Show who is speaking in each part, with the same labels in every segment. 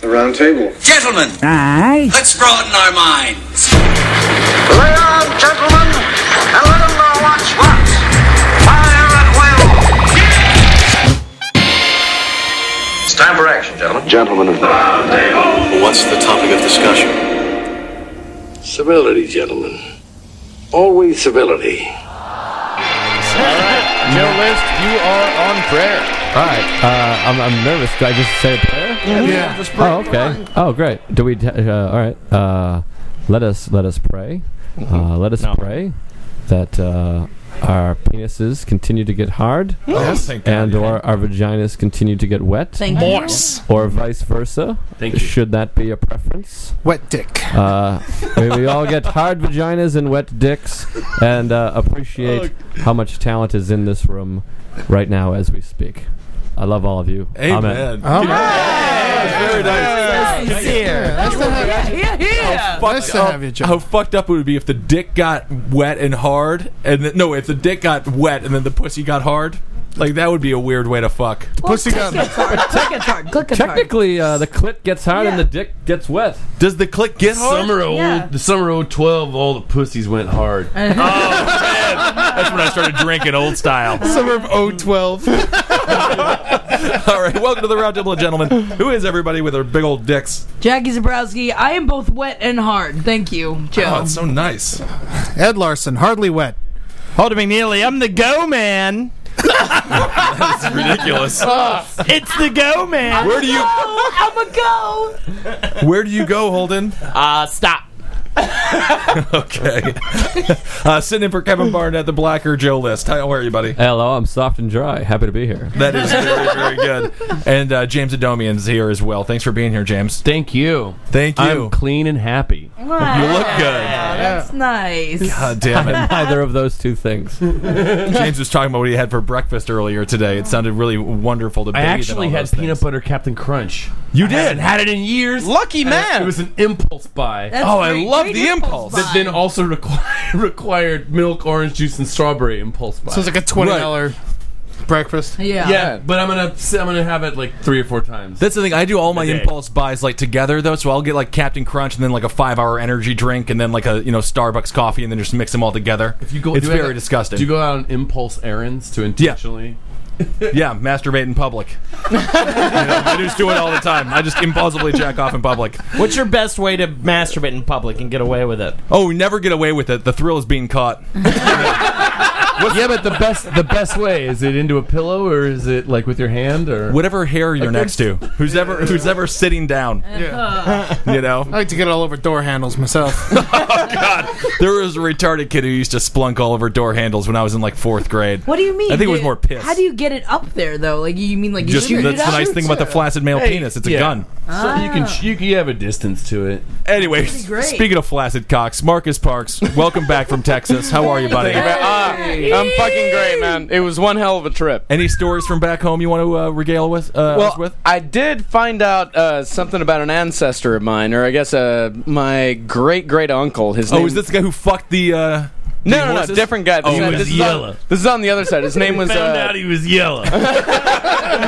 Speaker 1: The round table.
Speaker 2: Gentlemen,
Speaker 3: Aye.
Speaker 2: let's broaden our minds.
Speaker 4: Lay on, gentlemen, and let 'em know what's what. Fire at will. It's time for action, gentlemen.
Speaker 5: Gentlemen of What's the topic of discussion?
Speaker 6: Civility, gentlemen. Always civility.
Speaker 7: Joe List, you are on prayer.
Speaker 8: All right. Uh, I'm, I'm nervous. Do I just say a prayer?
Speaker 7: Yeah.
Speaker 8: Oh, okay. Oh, great. Do we? T- uh, all right. Uh, let us let us pray.
Speaker 7: Mm-hmm.
Speaker 8: Uh, let us pray that uh, our penises continue to get hard,
Speaker 7: Yes. Thank
Speaker 8: and or our vaginas continue to get wet,
Speaker 9: Thank you.
Speaker 8: or vice versa. Thank you. Should that be a preference?
Speaker 10: Wet dick.
Speaker 8: Uh, we, we all get hard vaginas and wet dicks, and uh, appreciate how much talent is in this room right now as we speak. I love all of you.
Speaker 7: Amen. Uh-huh.
Speaker 10: Oh, my.
Speaker 7: Very nice.
Speaker 10: Nice to have you.
Speaker 9: Yeah, yeah.
Speaker 10: Nice to have you,
Speaker 7: How
Speaker 10: Joe.
Speaker 7: fucked up it would be if the dick got wet and hard, and then, no, if the dick got wet and then the pussy got hard. Like that would be a weird way to fuck.
Speaker 10: Pussy got
Speaker 9: Click hard. Click it hard. Click it hard.
Speaker 8: Technically, uh, the clit gets hard and
Speaker 9: Yeah.
Speaker 8: the dick gets wet.
Speaker 7: Does the click get hard?
Speaker 11: Summer old,
Speaker 9: Yeah.
Speaker 11: the summer old twelve, all the pussies went hard. oh man, that's when I started drinking old style.
Speaker 10: Summer of 012.
Speaker 7: All right, welcome to the roundtable of gentlemen. Who is everybody with their big old dicks?
Speaker 9: Jackie Zabrowski, I am both wet and hard. Thank you, Joe.
Speaker 7: Oh, it's so nice.
Speaker 10: Ed Larson, hardly wet.
Speaker 12: Holder McNeely, I'm the go man.
Speaker 11: It's ridiculous.
Speaker 12: It's the go man.
Speaker 7: Where do you
Speaker 9: Oh, I'm a go.
Speaker 7: Where do you go, Holden?
Speaker 12: Uh, stop.
Speaker 7: Okay. Uh, sitting in for Kevin Barnett, the Blacker Joe List. How how are you, buddy?
Speaker 8: Hello, I'm soft and dry. Happy to be here.
Speaker 7: That is very, very good. And uh, James Adomian's here as well. Thanks for being here, James.
Speaker 11: Thank you.
Speaker 7: Thank you.
Speaker 11: I'm clean and happy.
Speaker 7: you look good.
Speaker 9: That's nice.
Speaker 7: God damn it.
Speaker 8: Neither of those two things.
Speaker 7: James was talking about what he had for breakfast earlier today. It sounded really wonderful to
Speaker 11: I
Speaker 7: bathe in
Speaker 11: actually
Speaker 7: all
Speaker 11: had
Speaker 7: those things.
Speaker 11: peanut butter Captain Crunch. You did. I haven't had it in years.
Speaker 12: Lucky
Speaker 11: And
Speaker 12: man.
Speaker 11: It was an impulse buy.
Speaker 9: That's
Speaker 7: Oh, I
Speaker 9: great-
Speaker 7: love
Speaker 9: great
Speaker 7: the impulse.
Speaker 11: that then also require, required milk, orange juice, and strawberry impulse buy.
Speaker 10: So it's like a $20 breakfast.
Speaker 9: Yeah.
Speaker 11: yeah, but I'm gonna I'm gonna have it like three or four times.
Speaker 7: That's the thing. I do all my
Speaker 11: Okay.
Speaker 7: impulse buys like together though, so I'll get like Captain Crunch and then like a five-hour energy drink and then like a you know Starbucks coffee and then just mix them all together.
Speaker 11: If you go,
Speaker 7: it's
Speaker 11: do you
Speaker 7: very
Speaker 11: have-
Speaker 7: disgusting.
Speaker 11: Do you go out on impulse errands to intentionally?
Speaker 7: yeah, masturbate in public. You know, I just do it all the time. I just impulsively jack off in public.
Speaker 12: What's your best way to masturbate in public and get away with it?
Speaker 7: Oh, we never get away with it. The thrill is being caught.
Speaker 11: yeah, but the best the best way is it into a pillow or is it like with your hand or
Speaker 7: Whatever hair you're next to, who's ever who's ever sitting down, you know. Oh,
Speaker 10: I like to get all over door handles myself.
Speaker 7: There was a retarded kid who used to splunk all over door handles when I was in like fourth grade.
Speaker 9: What do you mean?
Speaker 7: I think it was
Speaker 9: Do-
Speaker 7: more piss.
Speaker 9: How do you get it up there though? Like you mean like you
Speaker 7: Just
Speaker 9: shoot
Speaker 7: that's
Speaker 9: it
Speaker 7: the
Speaker 9: up?
Speaker 7: nice thing about the flaccid male penis. It's a
Speaker 11: yeah.
Speaker 7: gun.
Speaker 11: So you can you, can have a distance to it.
Speaker 7: Anyway,
Speaker 9: be great.
Speaker 7: speaking of flaccid cocks, Marcus Parks, welcome back from Texas. How are you, buddy? Uh,
Speaker 6: I'm fucking great, man. Um, It was one hell of a trip.
Speaker 7: Any stories from back home you want to uh, regale with? Uh, us with?
Speaker 6: I did find out uh, something about an ancestor of mine, or I guess uh, my great great uncle. His
Speaker 7: Oh,
Speaker 6: name
Speaker 7: is this the guy who fucked the? Uh, the
Speaker 6: no, no, no,
Speaker 7: horses? Oh,
Speaker 6: different guy. This,
Speaker 11: he
Speaker 6: guy-
Speaker 11: was
Speaker 6: this Is
Speaker 11: yellow.
Speaker 6: on, this is on the other side. His name was uh,
Speaker 11: he was yellow.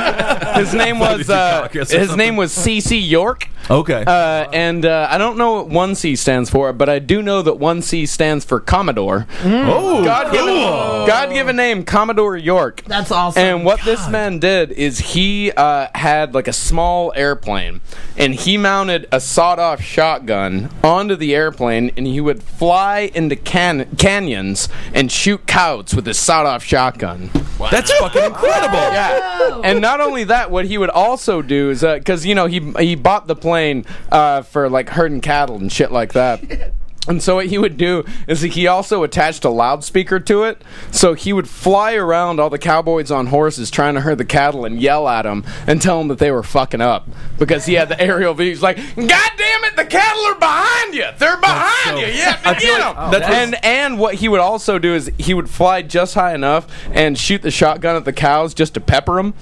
Speaker 6: his name was uh,
Speaker 7: Dukakis or
Speaker 6: his
Speaker 7: something.
Speaker 6: name was C.C. York.
Speaker 7: Okay.
Speaker 6: Uh, and uh, I don't know what 1C stands for, but I do know that 1C stands for Commodore.
Speaker 7: oh,
Speaker 6: God given, God given name, Commodore York.
Speaker 9: That's awesome.
Speaker 6: And what this man did is he uh, had like a small airplane, and he mounted a sawed-off shotgun onto the airplane, and he would fly into can- canyons and shoot cows with his sawed-off shotgun.
Speaker 7: that's fucking incredible.
Speaker 6: Yeah. And not only that, what he would also do is because you know he he bought the plane uh, for like herding cattle and shit like that. And so what he would do is he also attached a loudspeaker to it, so he would fly around all the cowboys on horses trying to herd the cattle and yell at them and tell them that they were fucking up because he had the aerial view. He's like, "God damn it, the cattle are behind you! They're behind you! Yeah,
Speaker 7: I
Speaker 6: get
Speaker 7: feel like
Speaker 6: them!" and and what he would also do is he would fly just high enough and shoot the shotgun at the cows just to pepper them,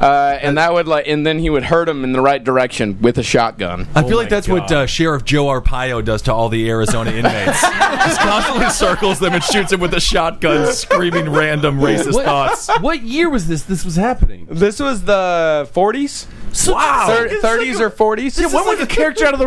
Speaker 6: uh, and that would like and then he would herd them in the right direction with a shotgun.
Speaker 7: I feel like that's what uh, Sheriff Joe Arpaio does to all the Arizona inmates. Just constantly circles them and shoots them with a shotgun, screaming random racist thoughts.
Speaker 11: what year was this? This was happening.
Speaker 6: This was the 40s.
Speaker 11: wow.
Speaker 6: Thir- 30s or 40s?
Speaker 11: Yeah, when was the character out of the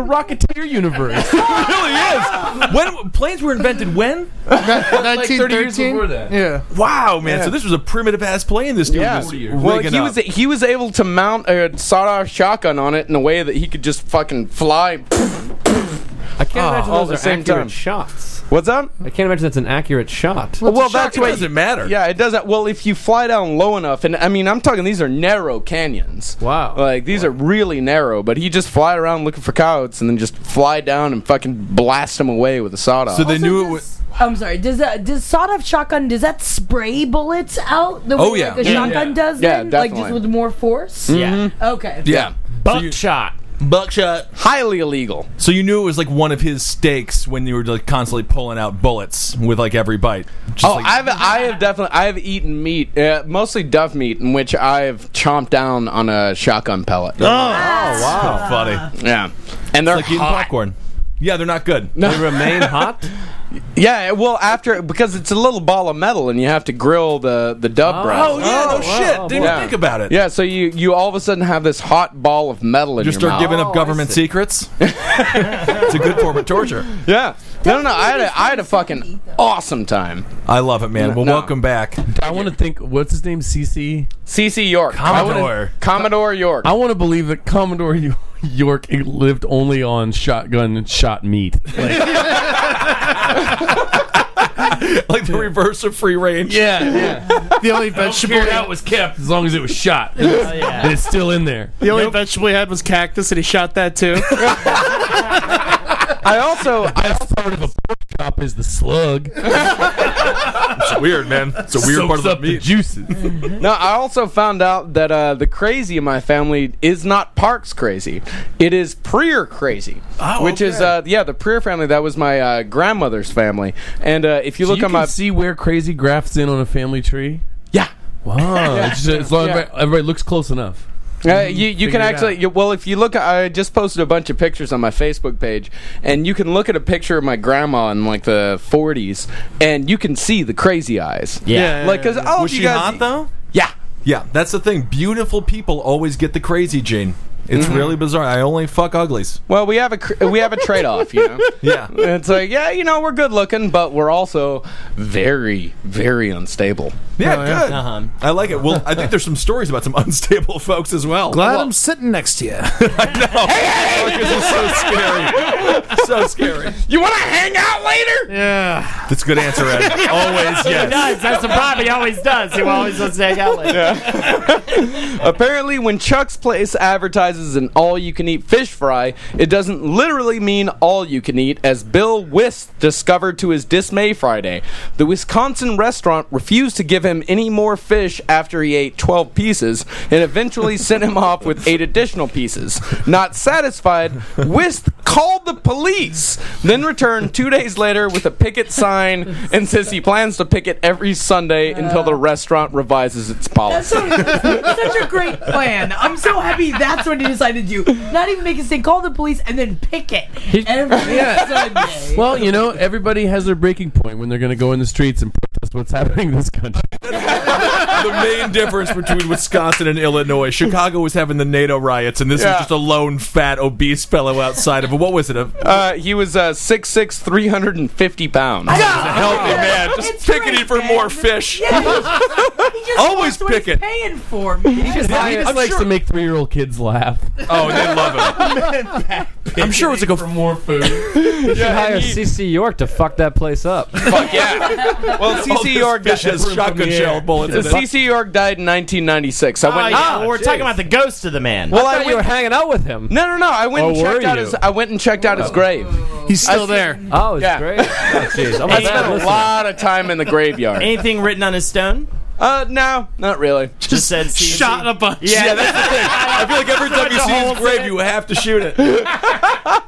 Speaker 11: Rocketeer universe? it really is. When planes were invented? When? Like 30 years
Speaker 10: 1913.
Speaker 11: before that.
Speaker 10: yeah.
Speaker 7: Wow, man!
Speaker 6: Yeah.
Speaker 7: So this was a primitive ass plane. This dude
Speaker 6: Yeah.
Speaker 7: was
Speaker 6: Well,
Speaker 7: rigging
Speaker 6: he
Speaker 7: up.
Speaker 6: was he was able to mount a sawed-off shotgun on it in a way that he could just fucking fly.
Speaker 8: I
Speaker 10: Ah,
Speaker 8: can't imagine
Speaker 6: all
Speaker 8: those
Speaker 6: the
Speaker 8: are
Speaker 6: same
Speaker 8: accurate
Speaker 6: time.
Speaker 8: shots.
Speaker 6: What's up?
Speaker 8: I can't imagine that's an accurate shot.
Speaker 6: well,
Speaker 7: That's
Speaker 6: that's
Speaker 7: it
Speaker 6: what.
Speaker 7: doesn't matter.
Speaker 6: Yeah, it doesn't. Well, if you fly down low enough, and I mean, I'm talking these are narrow canyons.
Speaker 8: Wow.
Speaker 6: Like these are really narrow, but he just fly around looking for coyotes and then just fly down and fucking blast them away with a sawed-off.
Speaker 7: So they
Speaker 9: Also,
Speaker 7: knew it
Speaker 9: does-
Speaker 7: was.
Speaker 9: I'm sorry. Does that does sawed-off shotgun does that spray bullets out the way
Speaker 7: Oh, yeah.
Speaker 9: like
Speaker 7: Yeah,
Speaker 9: a
Speaker 7: Mm-hmm.
Speaker 9: shotgun
Speaker 12: yeah.
Speaker 9: does?
Speaker 6: Yeah,
Speaker 9: then? Like just
Speaker 6: definitely.
Speaker 9: with more force.
Speaker 12: Yeah.
Speaker 9: Okay.
Speaker 7: Yeah.
Speaker 12: Buckshot.
Speaker 7: Buckshot.
Speaker 6: highly illegal.
Speaker 7: So you knew it was like one of his stakes when you were like constantly pulling out bullets with like every bite. Just
Speaker 6: Oh,
Speaker 7: like,
Speaker 6: I've I have definitely I have eaten meat, uh, mostly dove meat, in which I have chomped down on a shotgun pellet.
Speaker 7: wow, funny.
Speaker 6: Yeah, and they're
Speaker 7: Like eating
Speaker 6: hot.
Speaker 7: popcorn. Yeah, they're not good.
Speaker 8: They remain hot.
Speaker 6: Yeah, well, after because it's a little ball of metal, and you have to grill the the dove breast.
Speaker 7: Oh yeah, no
Speaker 8: Oh,
Speaker 7: shit.
Speaker 8: wow,
Speaker 7: Didn't
Speaker 8: wow.
Speaker 7: even think about it.
Speaker 6: Yeah, so you you all of a sudden have this hot ball of metal in
Speaker 7: You
Speaker 6: your
Speaker 7: start
Speaker 6: mouth. Oh,
Speaker 7: giving up government secrets. it's a good form of torture.
Speaker 6: yeah. No, no, no. I had
Speaker 9: Definitely
Speaker 6: a, I had a
Speaker 9: tastes like
Speaker 6: fucking
Speaker 9: meat, though.
Speaker 6: awesome time.
Speaker 7: I love it, man. Well,
Speaker 6: No.
Speaker 7: welcome back.
Speaker 11: I want to think. What's his name? CC.
Speaker 6: CC York,
Speaker 7: Commodore.
Speaker 6: I wouldn't- Commodore York.
Speaker 11: I want to believe that Commodore Yo- York lived only on shotgun and shot meat.
Speaker 7: Like the reverse of free range.
Speaker 11: Yeah, yeah.
Speaker 10: The only vegetable
Speaker 11: Vegetable out was kept as long as it was shot.
Speaker 12: Oh, yeah.
Speaker 11: And it's still in there.
Speaker 10: the only vegetable he had was cactus, and he shot that too.
Speaker 6: I also
Speaker 11: Best part of a pork chop is the slug.
Speaker 7: It's weird, man. It's a weird
Speaker 11: Soaks
Speaker 7: part of the
Speaker 11: up the
Speaker 7: meat.
Speaker 11: juices.
Speaker 6: No, I also found out that uh, the crazy in my family is not Parks crazy. It is Preer crazy,
Speaker 11: Oh,
Speaker 6: which is uh, yeah the Preer family. That was my uh, grandmother's family, and uh, if you look
Speaker 11: you
Speaker 6: on
Speaker 11: can
Speaker 6: my
Speaker 11: see where crazy graphs in on a family tree.
Speaker 6: yeah.
Speaker 11: Wow, it's just, as long as
Speaker 6: Yeah.
Speaker 11: everybody, everybody looks close enough.
Speaker 6: Uh, you you
Speaker 11: Figure
Speaker 6: can
Speaker 11: it
Speaker 6: actually
Speaker 11: out.
Speaker 6: you, well if you look I just posted a bunch of pictures on my Facebook page and you can look at a picture of my grandma in like the 40s and you can see the crazy eyes
Speaker 12: Yeah.
Speaker 6: like because all
Speaker 7: Was
Speaker 6: of you
Speaker 7: she
Speaker 6: guys
Speaker 7: hot though?
Speaker 6: yeah
Speaker 7: Yeah, that's the thing. Beautiful people always get the crazy gene. It's really bizarre. I only fuck uglies.
Speaker 6: well we have a cr- we have a trade off you know
Speaker 7: Yeah.
Speaker 6: it's like, yeah, you know, we're good looking, but we're also very, very unstable.
Speaker 7: Yeah, good.
Speaker 12: Uh-huh.
Speaker 7: I like it. Well, I think there's some stories about some unstable folks as well.
Speaker 10: Glad I'm sitting next to you.
Speaker 7: This is so scary. so scary.
Speaker 6: You want to hang out later?
Speaker 10: yeah.
Speaker 7: That's a good answer, Ed. Always yes.
Speaker 12: does. That's the problem. He always does. He always does hang out like yeah.
Speaker 6: Apparently, when Chuck's Place advertises an all you can eat fish fry, it doesn't literally mean all you can eat, as Bill Wist discovered to his dismay Friday. The Wisconsin restaurant refused to give him any more fish after he ate 12 pieces and eventually sent him off with eight additional pieces. Not satisfied, Wist called the police, then returned two days later with a picket sign and says he plans to picket every Sunday until the restaurant revises its
Speaker 9: That's
Speaker 6: policy.
Speaker 9: so- such a great plan. I'm so happy that's what he decided to do. Not even make a stink, call the police, and then pick it every Sunday.
Speaker 11: Well, you know, everybody has their breaking point when they're going to go in the streets and protest what's happening in this country.
Speaker 7: the main difference between Wisconsin and Illinois. Chicago was having the NATO riots, and this
Speaker 6: Yeah.
Speaker 7: was just a lone, fat, obese fellow outside of it. What was it? A,
Speaker 6: Uh, he was uh, 6'6", 350 pounds.
Speaker 7: a healthy man, just
Speaker 9: Oh, It's
Speaker 7: picking
Speaker 9: great,
Speaker 7: for
Speaker 9: man.
Speaker 7: more fish.
Speaker 9: Yeah, he just- he just
Speaker 7: Always
Speaker 9: wants what he's
Speaker 7: pick it.
Speaker 9: Paying for me.
Speaker 11: He just likes to make three-year-old kids laugh.
Speaker 7: Oh, they love it. I'm sure it was like a
Speaker 11: For more food.
Speaker 8: You should hire CC York to fuck that place up.
Speaker 6: Fuck yeah. Well, CC York,
Speaker 7: fish has shotgun shell bullets. in it.
Speaker 6: CC York died in 1996. I went.
Speaker 12: Ah, yeah. well, we're talking about the ghost of the man.
Speaker 6: Well,
Speaker 8: I
Speaker 6: I
Speaker 8: thought you were
Speaker 6: went.
Speaker 8: hanging out with him.
Speaker 6: No, no, no. I went
Speaker 8: Oh,
Speaker 6: and
Speaker 8: were
Speaker 6: checked out
Speaker 8: you?
Speaker 6: his. I went and checked
Speaker 12: Oh.
Speaker 6: out his grave.
Speaker 10: He's still there.
Speaker 8: Oh, it's
Speaker 6: Yeah.
Speaker 8: great. Oh, jeez. I'm a
Speaker 6: I
Speaker 8: bad
Speaker 6: spent a
Speaker 8: listener.
Speaker 6: lot of time in the graveyard.
Speaker 12: Anything written on his stone?
Speaker 6: Uh, no, not really.
Speaker 12: Just said CC.
Speaker 10: Shot a bunch.
Speaker 12: Yeah,
Speaker 7: Yeah, that's the thing. I feel like every time you see his grave, you have to shoot it.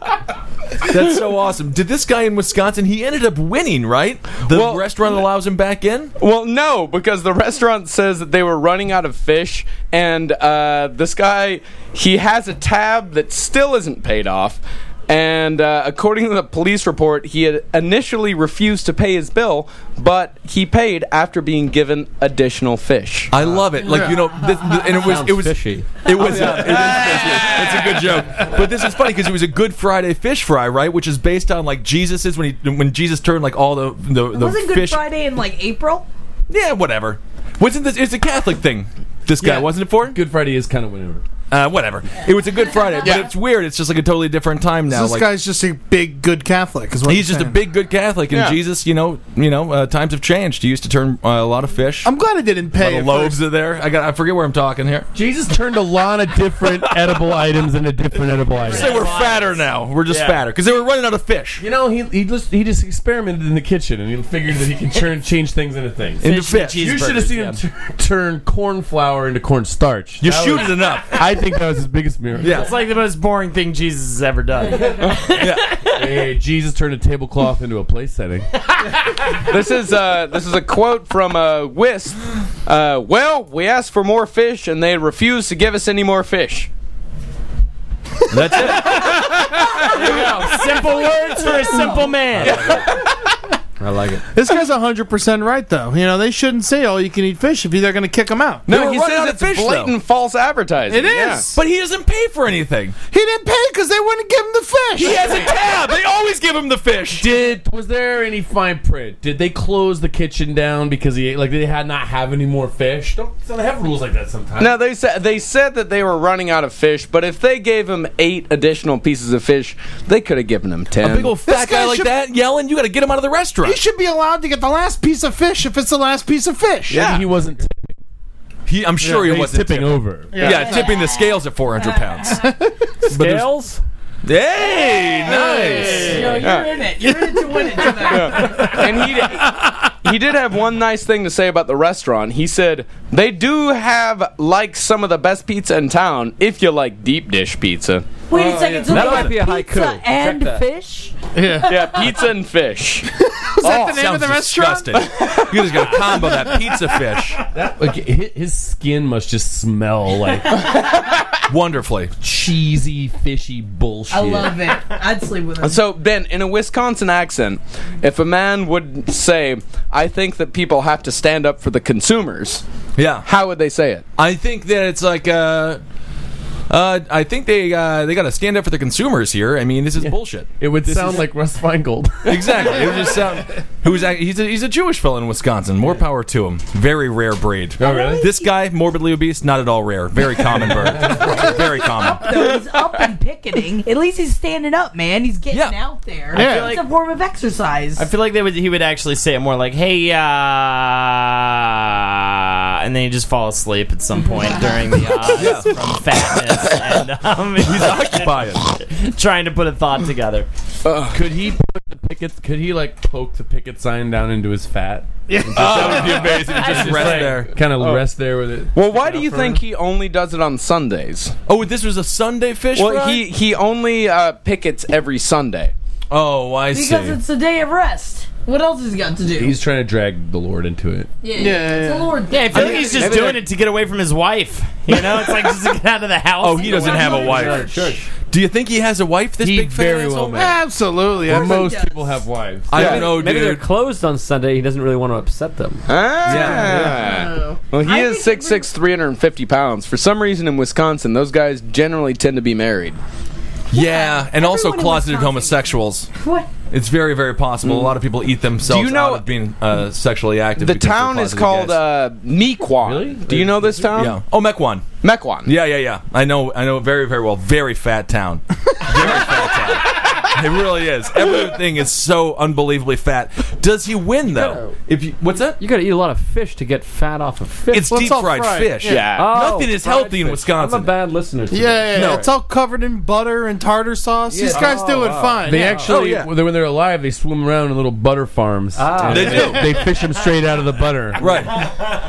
Speaker 7: That's so awesome. Did this guy in Wisconsin? He ended up winning, right? The
Speaker 6: Well-
Speaker 7: restaurant allows him back in.
Speaker 6: Well, no, because the restaurant says that they were running out of fish, and uh, this guy he has a tab that still isn't paid off. And uh, according to the police report, he had initially refused to pay his bill, but he paid after being given additional fish.
Speaker 7: I love it. Like you know, this, th- and it was
Speaker 8: Sounds
Speaker 7: it was
Speaker 8: fishy.
Speaker 7: It was. uh, it is fishy. That's a good joke. But this is funny because it was a Good Friday fish fry, right? Which is based on like Jesus's when he when Jesus turned like all the the, the
Speaker 9: Wasn't Good
Speaker 7: fish.
Speaker 9: Friday in like April?
Speaker 7: Yeah, whatever. Wasn't this? It's a Catholic thing. This guy
Speaker 11: Yeah.
Speaker 7: wasn't it for?
Speaker 11: Good Friday is kind of whatever.
Speaker 7: Uh, whatever. It was a Good Friday, but it's weird. It's just like a totally different time now.
Speaker 10: this
Speaker 7: like,
Speaker 10: guy's just a big good Catholic. Is what
Speaker 7: he's
Speaker 10: you're
Speaker 7: just a
Speaker 10: saying.
Speaker 7: big good Catholic, and
Speaker 6: Yeah.
Speaker 7: Jesus, you know, you know, uh, times have changed. He used to turn uh, a lot of fish.
Speaker 10: I'm glad I didn't
Speaker 7: a lot
Speaker 10: pay.
Speaker 7: of
Speaker 10: at
Speaker 7: loaves
Speaker 10: first.
Speaker 7: are there. I got. I forget where I'm talking here.
Speaker 11: Jesus turned a lot of different edible items into different edible items.
Speaker 7: Say we're fatter now. We're just fatter. 'Cause fatter because they were running out of fish.
Speaker 11: You know, he, he just he just experimented in the kitchen and he figured that he could turn, change things into things.
Speaker 7: Into
Speaker 12: Fish and
Speaker 7: fish.
Speaker 12: cheese.
Speaker 11: you should have
Speaker 12: cheeseburgers,
Speaker 11: seen him t- turn corn flour into corn starch.
Speaker 7: You
Speaker 11: That
Speaker 7: shoot
Speaker 11: was-
Speaker 7: it enough.
Speaker 11: I think that was his biggest miracle.
Speaker 7: Yeah.
Speaker 12: It's like the most boring thing Jesus has ever done.
Speaker 11: Hey, Jesus turned a tablecloth into a place setting.
Speaker 6: this is uh, this is a quote from uh, Wisp. Uh, well, we asked for more fish, and they refused to give us any more fish.
Speaker 12: simple words for a simple man.
Speaker 7: I like it.
Speaker 10: This guy's 100 percent right though. You know they shouldn't say all you can eat fish if they're going to kick him out.
Speaker 7: They
Speaker 6: No,
Speaker 7: were
Speaker 6: he
Speaker 7: running out
Speaker 6: says
Speaker 7: of
Speaker 6: it's
Speaker 7: fish, though.
Speaker 6: blatant false advertising.
Speaker 10: It is.
Speaker 6: yeah.
Speaker 7: But he doesn't pay for anything.
Speaker 10: He didn't pay because they wouldn't give him the fish.
Speaker 7: He has a tab. They always give him the fish.
Speaker 11: Did was there any fine print? Did they close the kitchen down because he ate, like they had not have any more fish? Don't so they have rules like that sometimes.
Speaker 6: No, they said they said that they were running out of fish, but if they gave him eight additional pieces of fish, they could have given him ten.
Speaker 7: A big old fat
Speaker 10: guy
Speaker 7: guy like
Speaker 10: should-
Speaker 7: that yelling, you got to get him out of the restaurant.
Speaker 10: He should be allowed to get the last piece of fish if it's the last piece of fish.
Speaker 11: Maybe he wasn't. Tipping.
Speaker 7: He- I'm sure he
Speaker 11: He's
Speaker 7: wasn't
Speaker 11: tipping over.
Speaker 7: Yeah. tipping the scales at 400 pounds.
Speaker 12: Scales?
Speaker 7: hey, nice.
Speaker 9: No, you're
Speaker 6: Yeah.
Speaker 9: in it. You're in it to win it tonight.
Speaker 6: and he did, he did have one nice thing to say about the restaurant. He said they do have like some of the best pizza in town if you like deep dish pizza.
Speaker 9: Wait a second. So
Speaker 8: Oh, That
Speaker 9: they
Speaker 8: might
Speaker 9: have
Speaker 8: be a haiku.
Speaker 9: pizza
Speaker 8: Check
Speaker 9: and
Speaker 8: that.
Speaker 9: fish.
Speaker 6: Yeah, pizza and fish.
Speaker 10: Is that the name of
Speaker 7: Sounds
Speaker 10: the restaurant?
Speaker 7: disgusting. you just got to combo that pizza fish
Speaker 11: Like, hi- his skin must just smell like
Speaker 7: wonderfully.
Speaker 11: cheesy, fishy bullshit.
Speaker 9: I love it. I'd sleep with him.
Speaker 6: So Ben, in a Wisconsin accent, if a man would say, "I think that people have to stand up for the consumers,"
Speaker 7: Yeah.
Speaker 6: how would they say it?
Speaker 7: I think that it's like uh, uh, I think they uh, they got to stand up for the consumers here. I mean, this is bullshit.
Speaker 11: It would sound like Russ Feingold.
Speaker 7: Exactly. It would just sound. Who's act- he's a, he's a Jewish fellow in Wisconsin. More power to him. Very rare breed.
Speaker 11: oh, really?
Speaker 7: This guy, morbidly obese, not at all rare. Very common bird. Very common.
Speaker 9: Though he's up and picketing. At least he's standing up, man. He's getting
Speaker 7: Yeah.
Speaker 9: out there.
Speaker 10: I feel
Speaker 9: It's
Speaker 10: like-
Speaker 9: a form of exercise.
Speaker 12: I feel like they would. He would actually say it more like, "Hey, uh," and then you just fall asleep at some point during the uh, from fatness and um, he's
Speaker 7: Buy it.
Speaker 12: trying to put a thought together.
Speaker 11: Could he put the picket? Could he like poke the picket sign down into his fat?
Speaker 7: that would be amazing. Just rest there.
Speaker 11: Kind
Speaker 10: Oh.
Speaker 11: of rest there with it.
Speaker 6: Well, why do you think he only does it on Sundays?
Speaker 7: Oh, this was a Sunday fish
Speaker 6: Well,
Speaker 7: fry?
Speaker 6: he he only uh, pickets every Sunday.
Speaker 7: Oh, I see.
Speaker 9: because it's a day of rest. What else has he got to do?
Speaker 11: He's trying to drag the Lord into it.
Speaker 9: yeah,
Speaker 10: yeah,
Speaker 9: it's a
Speaker 10: yeah.
Speaker 9: Lord.
Speaker 12: Yeah, I feel like
Speaker 6: think-
Speaker 12: he's just
Speaker 6: maybe
Speaker 12: doing
Speaker 6: they're-
Speaker 12: it to get away from his wife. You know, it's like just to get out of the house.
Speaker 7: Oh, he doesn't have a wife.
Speaker 11: Church.
Speaker 7: Do you think he has a wife? This
Speaker 11: He
Speaker 7: big fat
Speaker 11: very
Speaker 7: asshole?
Speaker 11: well may.
Speaker 10: Absolutely. I'm
Speaker 9: course
Speaker 10: most.
Speaker 11: Most
Speaker 9: Yes.
Speaker 11: people have wives.
Speaker 7: I
Speaker 6: Yeah.
Speaker 7: don't know,
Speaker 8: Maybe they're
Speaker 7: dude.
Speaker 8: closed on Sunday. He doesn't really want to upset them.
Speaker 6: Ah.
Speaker 7: Yeah.
Speaker 6: Well, he
Speaker 9: I
Speaker 6: is
Speaker 9: think it
Speaker 6: 6'6", 350 pounds. For some reason in Wisconsin, those guys generally tend to be married.
Speaker 7: Yeah, and also
Speaker 9: Everyone in
Speaker 7: closeted
Speaker 9: Wisconsin-
Speaker 7: homosexuals.
Speaker 9: What?
Speaker 7: It's very, very possible. A lot of people eat themselves
Speaker 6: Mm. Do you know-
Speaker 7: out of being uh, sexually active.
Speaker 6: The
Speaker 7: because they're
Speaker 6: town is uh,
Speaker 7: closeted
Speaker 6: called
Speaker 7: gays.
Speaker 6: uh, Mequon.
Speaker 11: Really?
Speaker 6: Do you know this town?
Speaker 7: yeah. Oh, Mequon.
Speaker 6: Mequon.
Speaker 7: Yeah, yeah, yeah. I know. I know very, very well. Very fat town. Very fat town. It really is. Everything is so unbelievably fat. Does he win though? If you, what's that?
Speaker 8: You got to eat a lot of fish to get fat off of fish.
Speaker 7: It's
Speaker 10: Well,
Speaker 7: deep
Speaker 10: it's all
Speaker 7: fried,
Speaker 10: fried.
Speaker 7: fish.
Speaker 6: Yeah.
Speaker 8: Oh,
Speaker 7: Nothing is
Speaker 8: fried
Speaker 7: healthy in
Speaker 8: fish.
Speaker 7: Wisconsin.
Speaker 8: I'm a bad listener. To
Speaker 10: Yeah,
Speaker 8: this.
Speaker 10: yeah, yeah. it's all covered in butter and tartar sauce. This guy's doing fine.
Speaker 11: They
Speaker 10: yeah.
Speaker 11: actually,
Speaker 7: Oh, yeah.
Speaker 11: when they're- when they're alive, they swim around in little butter farms.
Speaker 8: Ah.
Speaker 11: And
Speaker 7: They do.
Speaker 11: They fish them straight out of the butter.
Speaker 7: Right.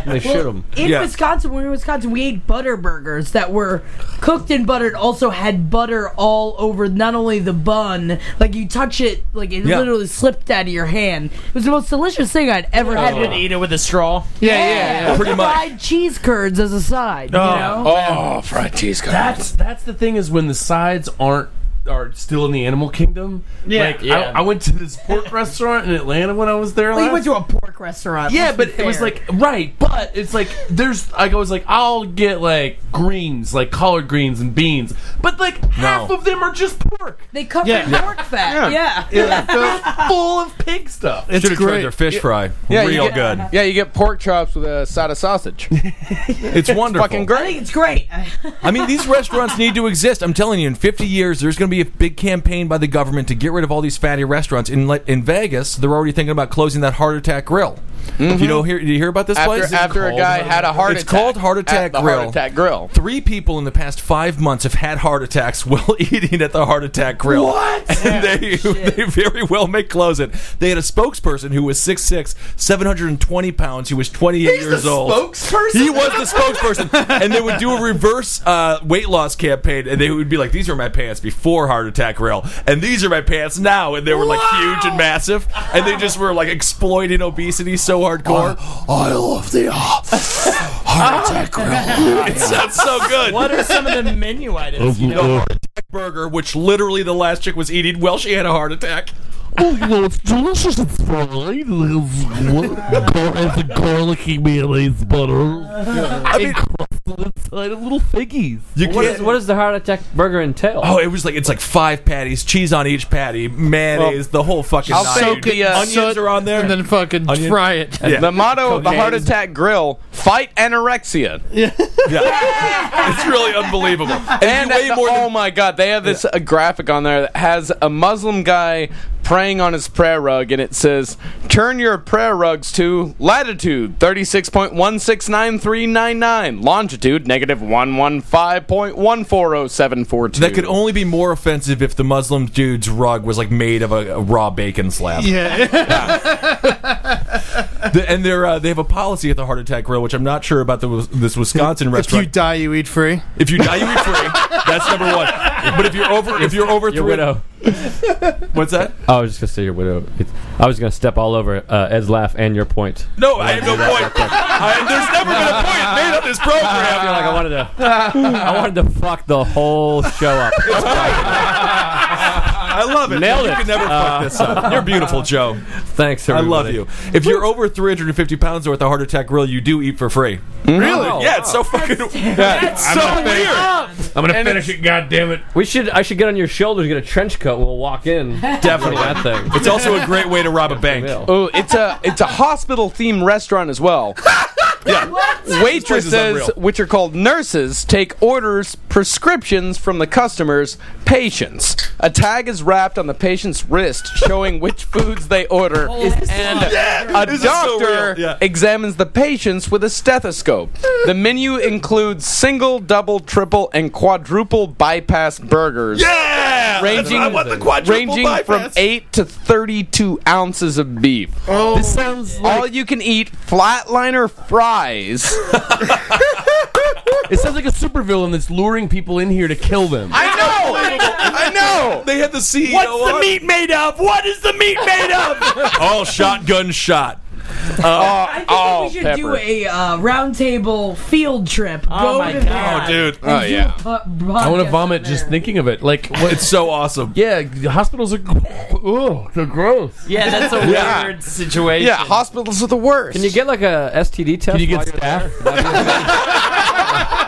Speaker 8: They shoot him.
Speaker 9: In
Speaker 7: Yeah.
Speaker 9: Wisconsin, when we were in Wisconsin, we ate butter burgers that were cooked in butter. and Also had butter all over not only the bun, like you touch it, like it
Speaker 7: Yeah.
Speaker 9: literally slipped out of your hand. It was the most delicious thing I'd ever
Speaker 12: I
Speaker 9: had.
Speaker 12: would eat it with a straw.
Speaker 10: yeah, yeah, yeah.
Speaker 7: Pretty much.
Speaker 9: Fried cheese curds as a side. You know?
Speaker 6: Oh, fried cheese. That's
Speaker 11: That's that's the thing is when the sides aren't are still in the animal kingdom.
Speaker 9: Yeah.
Speaker 11: like,
Speaker 12: Yeah.
Speaker 11: I, I went to this pork restaurant in Atlanta when I was there.
Speaker 9: Well, you
Speaker 11: last-
Speaker 9: went to a pork restaurant.
Speaker 11: yeah,
Speaker 9: let's be
Speaker 11: but it was
Speaker 9: fair.
Speaker 11: like right, but it's like there's like I was like I'll get like greens, like collard greens and beans, but like half of them are just pork,
Speaker 9: they covered
Speaker 10: Yeah.
Speaker 9: in pork fat. Yeah.
Speaker 11: full of pig stuff.
Speaker 10: It's
Speaker 7: Should have
Speaker 10: great.
Speaker 7: tried their fish fry.
Speaker 6: Yeah, you
Speaker 7: Real
Speaker 6: get-
Speaker 7: good.
Speaker 6: Yeah, you get pork chops with a side of sausage.
Speaker 7: It's wonderful.
Speaker 6: Fucking
Speaker 9: I
Speaker 6: great.
Speaker 9: think it's great.
Speaker 7: I mean, these restaurants need to exist. I'm telling you, in 50 years, there's going to be a big campaign by the government to get rid of all these fatty restaurants. In like, in Vegas, they're already thinking about closing that Heart Attack Grill. You know, here, do you hear about this place?
Speaker 6: Mm-hmm. After, after a guy had a heart
Speaker 7: It's
Speaker 6: attack.
Speaker 7: called Heart Attack
Speaker 6: at the
Speaker 7: Grill.
Speaker 6: Heart Attack Grill.
Speaker 7: Three people in the past five months have had heart attacks while eating at the Heart Attack Grill. What? And they, they very well may close it. They had a spokesperson who was 6'6", 720 pounds, who was 28 years old. He was the spokesperson, and they would do a reverse uh, weight loss campaign, and they would be like, "These are my pants before heart attack rail, and these are my pants now," and they were like huge and massive, and they just were like exploiting obesity so hardcore. I love the heart attack rail. it sounds so good.
Speaker 12: What are some of the menu items? You know,
Speaker 7: burger? Which literally the last chick was eating. Well, she had a heart attack.
Speaker 11: well, it's delicious and fried. It's a garlicky mayonnaise butter.
Speaker 7: I mean,
Speaker 11: Inside of little figgies.
Speaker 7: you
Speaker 8: What,
Speaker 7: can't-
Speaker 8: is, what does the heart attack burger entail?
Speaker 7: Oh, it was like it's like five patties, cheese on each patty, mayonnaise, the whole fucking.
Speaker 6: I'll
Speaker 7: nine,
Speaker 6: say
Speaker 7: dude.
Speaker 6: the, uh,
Speaker 7: onions are on there,
Speaker 10: and then fucking
Speaker 7: Onion.
Speaker 10: fry it.
Speaker 7: Yeah.
Speaker 6: The motto of the Heart
Speaker 7: Cocaine.
Speaker 6: Attack Grill: Fight anorexia.
Speaker 7: Yeah. it's really unbelievable. And,
Speaker 6: And
Speaker 7: you
Speaker 6: at
Speaker 7: weigh
Speaker 6: the-
Speaker 7: more
Speaker 6: oh
Speaker 7: than,
Speaker 6: my god, they have this uh, graphic on there that has a Muslim guy praying on his prayer rug, and it says, "Turn your prayer rugs to latitude thirty six point one six nine three nine nine, longitude negative one one five point one four zero seven four two.
Speaker 7: that could only be more offensive if the Muslim dude's rug was like made of a, a raw bacon slab.
Speaker 10: Yeah.
Speaker 7: The- and they're uh, they have a policy at the Heart Attack Grill, which I'm not sure about the this Wisconsin
Speaker 10: if you
Speaker 7: restaurant.
Speaker 10: die, you eat free.
Speaker 7: If you die, you eat free. That's number one. But if you're over, if you're over
Speaker 8: your
Speaker 7: three,
Speaker 8: widow.
Speaker 7: what's that?
Speaker 8: I was just gonna say your widow. It's- I was gonna step all over uh, Ed's laugh and your point.
Speaker 7: No, I have no point. I, there's never been a point made on this
Speaker 8: I feel
Speaker 7: program.
Speaker 8: like I wanted to. I wanted to fuck the whole show up.
Speaker 7: I love it.
Speaker 8: Nailed
Speaker 7: you
Speaker 8: it.
Speaker 7: can never fuck this up. You're beautiful, Joe.
Speaker 8: Thanks,
Speaker 7: I
Speaker 8: everybody.
Speaker 7: love you. If you're over 350 pounds or at the Heart Attack Grill, you do eat for free.
Speaker 8: Really?
Speaker 7: Yeah, it's so fucking. It's so weird.
Speaker 11: I'm gonna finish it. God damn it!
Speaker 8: We should. I should get on your shoulders, get a trench coat, and we'll walk in.
Speaker 7: Definitely.
Speaker 8: that thing.
Speaker 7: It's also a great way to rob a bank.
Speaker 8: Bill.
Speaker 6: Oh, it's a it's a hospital themed restaurant as well.
Speaker 7: This place is
Speaker 6: Waitresses,
Speaker 7: unreal.
Speaker 6: which are called nurses, take orders, prescriptions from the customers, patients. A tag is wrapped on the patient's wrist showing which foods they order, and a
Speaker 7: Oh. this is so
Speaker 6: doctor
Speaker 7: real. Yeah.
Speaker 6: examines the patients with a stethoscope. The menu includes single, double, triple, and quadruple bypass burgers.
Speaker 7: Yeah!
Speaker 6: Ranging,
Speaker 7: I want the quadruple
Speaker 6: ranging
Speaker 7: bypass.
Speaker 6: from 8 to 32 ounces of beef.
Speaker 11: This sounds like
Speaker 6: All you can eat flatliner fries.
Speaker 11: it sounds like a supervillain that's luring people in here to kill them.
Speaker 6: I know! I know!
Speaker 7: They had the CEO.
Speaker 11: What's the
Speaker 7: on.
Speaker 11: meat made of? What is the meat made of?
Speaker 7: All shotgun shot.
Speaker 9: I think
Speaker 6: Oh,
Speaker 9: we should do
Speaker 6: pepper.
Speaker 9: a uh, roundtable field trip.
Speaker 12: Oh
Speaker 9: Go
Speaker 12: my
Speaker 9: to
Speaker 12: God.
Speaker 9: Maine.
Speaker 12: Oh,
Speaker 7: Dude,
Speaker 6: Oh yeah.
Speaker 9: Pu-
Speaker 11: I want
Speaker 9: podcast
Speaker 11: to vomit
Speaker 9: from
Speaker 11: Oh, just
Speaker 9: there.
Speaker 11: thinking of it. Like,
Speaker 7: it's so awesome.
Speaker 11: yeah, hospitals are. Oh, they're gross.
Speaker 12: yeah, that's a
Speaker 6: Yeah.
Speaker 12: weird situation.
Speaker 6: Yeah, hospitals are the worst.
Speaker 8: Can you get like a STD test?
Speaker 11: Did you
Speaker 8: while
Speaker 11: get
Speaker 8: you're
Speaker 11: staff?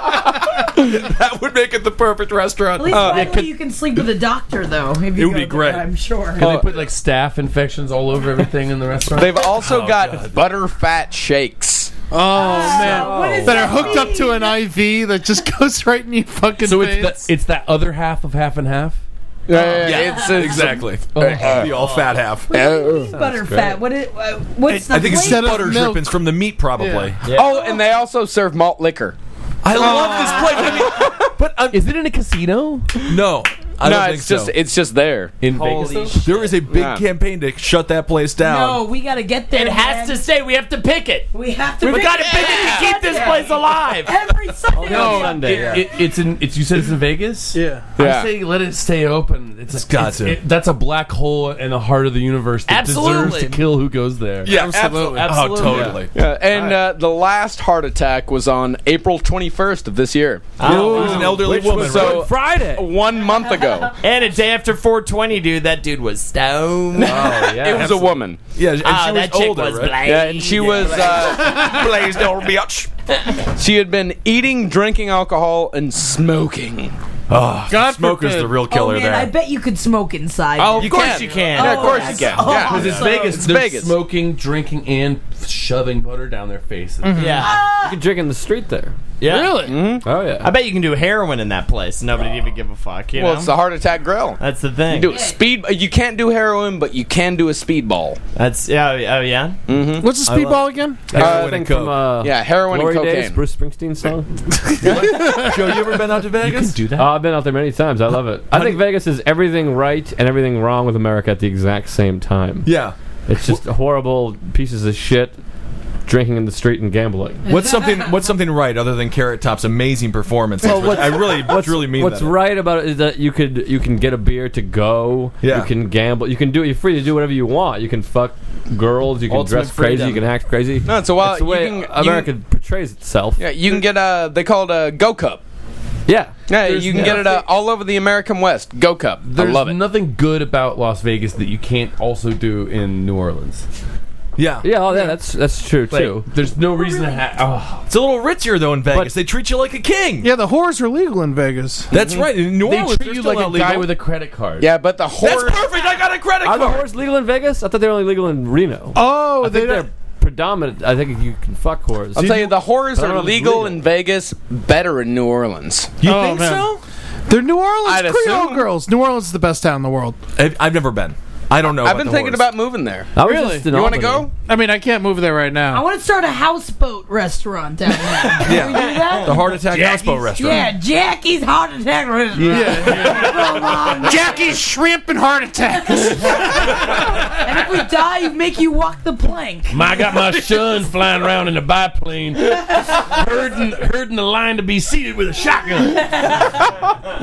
Speaker 7: That would make it the perfect restaurant.
Speaker 9: At least
Speaker 7: Uh,
Speaker 9: finally you can sleep with a doctor, though. If you
Speaker 7: would
Speaker 9: go
Speaker 7: be
Speaker 9: there,
Speaker 7: great.
Speaker 9: I'm sure.
Speaker 11: They put like staph infections all over everything in the restaurant.
Speaker 6: They've also got butterfat shakes.
Speaker 10: Oh, man.
Speaker 9: what is
Speaker 10: That are
Speaker 9: that
Speaker 10: hooked up to an IV that just goes right in your fucking
Speaker 11: so
Speaker 10: face.
Speaker 11: it's the, it's that other half of half and half.
Speaker 6: Yeah,
Speaker 7: yeah, exactly. the all fat half.
Speaker 9: butter fat? What is, uh, what's the
Speaker 7: I think it's
Speaker 9: flavor?
Speaker 10: Instead of
Speaker 7: butter
Speaker 10: milk.
Speaker 7: drippings from the meat, probably.
Speaker 6: Oh, and they also serve malt liquor.
Speaker 7: I love this place. I
Speaker 11: But uh, is it in a casino
Speaker 7: mean, no, I
Speaker 6: no,
Speaker 7: don't think
Speaker 6: it's just
Speaker 7: so.
Speaker 6: it's just there.
Speaker 11: in
Speaker 12: Holy
Speaker 11: Vegas? though?
Speaker 12: sh-
Speaker 7: there is a big
Speaker 6: Yeah.
Speaker 7: campaign to shut that place
Speaker 9: No,
Speaker 7: down.
Speaker 9: we gotta get there.
Speaker 12: It has to
Speaker 9: man.
Speaker 12: say we have to pick it.
Speaker 9: We have to.
Speaker 12: We
Speaker 9: pick
Speaker 12: got to
Speaker 9: it
Speaker 12: pick it to keep this place alive.
Speaker 9: every Oh, Sunday.
Speaker 8: No, Sunday.
Speaker 11: It- it- it's in. It's you said it's in Vegas.
Speaker 10: yeah.
Speaker 6: Yeah.
Speaker 11: I say let it stay open. It's,
Speaker 7: It's got to.
Speaker 11: that's a black hole in the heart of the universe that
Speaker 12: Absolutely.
Speaker 11: deserves to kill who goes there.
Speaker 7: Yeah,
Speaker 10: Absolutely.
Speaker 7: absolutely.
Speaker 12: Absolutely.
Speaker 7: Oh, totally.
Speaker 6: Yeah, and uh, the last heart attack was on April 21st of this year,
Speaker 7: It was an elderly woman.
Speaker 6: so
Speaker 7: right?
Speaker 12: Friday.
Speaker 6: one month ago. go.
Speaker 12: And a day after 420, dude, that dude was stoned.
Speaker 8: Oh yeah.
Speaker 6: It was a woman.
Speaker 7: Yeah, and she
Speaker 12: Ah,
Speaker 7: was
Speaker 12: that chick
Speaker 7: older,
Speaker 12: was
Speaker 7: right?
Speaker 12: black.
Speaker 6: Yeah, and she was uh,
Speaker 7: Blazed old bitch.
Speaker 6: she had been eating, drinking alcohol, and smoking.
Speaker 7: Oh,
Speaker 10: God
Speaker 7: smoker's
Speaker 10: forbid.
Speaker 7: the real
Speaker 9: Oh
Speaker 7: killer
Speaker 9: man,
Speaker 7: there.
Speaker 9: I bet you could smoke inside. Oh,
Speaker 11: Oh,
Speaker 6: You
Speaker 11: of course
Speaker 6: can.
Speaker 11: you can.
Speaker 6: Yeah, of course you
Speaker 9: that's
Speaker 6: can.
Speaker 11: Because it's
Speaker 9: awesome.
Speaker 11: Vegas.
Speaker 6: It's
Speaker 11: They're
Speaker 6: Vegas.
Speaker 11: smoking, drinking, and shoving butter down their faces.
Speaker 10: Mm-hmm.
Speaker 12: Yeah.
Speaker 8: You could drink in the street there.
Speaker 12: yeah.
Speaker 10: Really?
Speaker 8: Oh yeah.
Speaker 12: I bet you can do heroin in that place. Nobody even give a fuck. You
Speaker 6: Well,
Speaker 12: know?
Speaker 6: it's the heart attack grill.
Speaker 12: That's the
Speaker 6: You
Speaker 12: thing.
Speaker 6: do a speed. You can't do heroin, but you can do a speedball.
Speaker 12: That's yeah. Oh yeah.
Speaker 10: What's the speedball again?
Speaker 8: Heroin
Speaker 7: and
Speaker 8: thing from,
Speaker 7: coke.
Speaker 8: uh,
Speaker 6: Yeah, heroin
Speaker 8: Glory
Speaker 6: and cocaine.
Speaker 8: Days, Bruce Springsteen song.
Speaker 7: Joe, you ever been out to
Speaker 11: You can
Speaker 7: Vegas?
Speaker 11: do that.
Speaker 8: Oh, I've been out there many times. I love it. I think Vegas is everything right and everything wrong with America at the exact same time.
Speaker 7: yeah.
Speaker 8: It's just horrible pieces of shit drinking in the street and gambling.
Speaker 7: What's something? What's something right other than Carrot Top's amazing performance? I really, really mean
Speaker 8: What's
Speaker 7: that.
Speaker 8: right about it is that you could you can get a beer to go.
Speaker 7: Yeah.
Speaker 8: You can gamble. You can do. You're free to do whatever you want. You can fuck girls. You can
Speaker 7: Ultimate
Speaker 8: dress crazy. You
Speaker 7: freedom.
Speaker 8: can act crazy.
Speaker 6: No, it's a wild-
Speaker 8: It's the
Speaker 6: you
Speaker 8: way
Speaker 6: can- you-
Speaker 8: America portrays itself.
Speaker 6: Yeah, you can get a. They call it a go cup.
Speaker 8: Yeah.
Speaker 6: Yeah, you can get it uh, all over the American West. Go cup. I
Speaker 11: There's
Speaker 6: love it.
Speaker 11: nothing good about Las Vegas that you can't also do in New Orleans.
Speaker 7: Yeah.
Speaker 8: Yeah, oh, yeah, that's that's true
Speaker 11: Like,
Speaker 8: too.
Speaker 11: there's no reason to oh, have.
Speaker 7: It's a little richer though in Vegas. they treat you like a king.
Speaker 10: Yeah, the whores are legal in Vegas.
Speaker 7: That's right. In New
Speaker 11: Oh, they
Speaker 7: Orleans,
Speaker 11: treat
Speaker 7: they're
Speaker 11: you
Speaker 7: still
Speaker 11: like a
Speaker 7: not
Speaker 11: guy
Speaker 7: legal.
Speaker 11: with a credit card.
Speaker 6: yeah, but the
Speaker 7: That's
Speaker 6: horror.
Speaker 7: perfect. I got a credit
Speaker 8: Are the
Speaker 7: card.
Speaker 8: whores legal in Vegas? I thought they were only legal in Reno.
Speaker 10: Oh,
Speaker 8: I
Speaker 10: they
Speaker 8: think
Speaker 10: don't-
Speaker 8: they're predominant. I think you can fuck whores.
Speaker 6: I'll tell you, the horrors
Speaker 8: I don't know
Speaker 6: are
Speaker 8: if it's
Speaker 6: legal
Speaker 8: legal.
Speaker 6: in Vegas, better in New Orleans.
Speaker 7: You
Speaker 10: Oh,
Speaker 7: think
Speaker 10: man.
Speaker 7: so?
Speaker 10: They're New Orleans
Speaker 6: I'd
Speaker 10: Creole
Speaker 6: assume.
Speaker 10: girls. New Orleans is the best town in the world.
Speaker 7: I've, I've never been. I don't know.
Speaker 6: I've
Speaker 7: about
Speaker 6: been
Speaker 7: Oh, the
Speaker 6: thinking
Speaker 7: whores.
Speaker 6: about moving there.
Speaker 8: I was
Speaker 10: Really?
Speaker 8: just in
Speaker 6: You want to
Speaker 8: Albany.
Speaker 6: go?
Speaker 10: I mean, I can't move there right
Speaker 9: I
Speaker 10: now.
Speaker 9: want to start a houseboat restaurant down there. Can we do that?
Speaker 7: the Heart Attack Houseboat Restaurant.
Speaker 9: Yeah, Jackie's Heart Attack Restaurant. Come on.
Speaker 10: Jackie's shrimp and heart attacks.
Speaker 9: And if we die, you make you walk the plank.
Speaker 11: I got my son flying around in a biplane, herding, herding the line to be seated with a shotgun.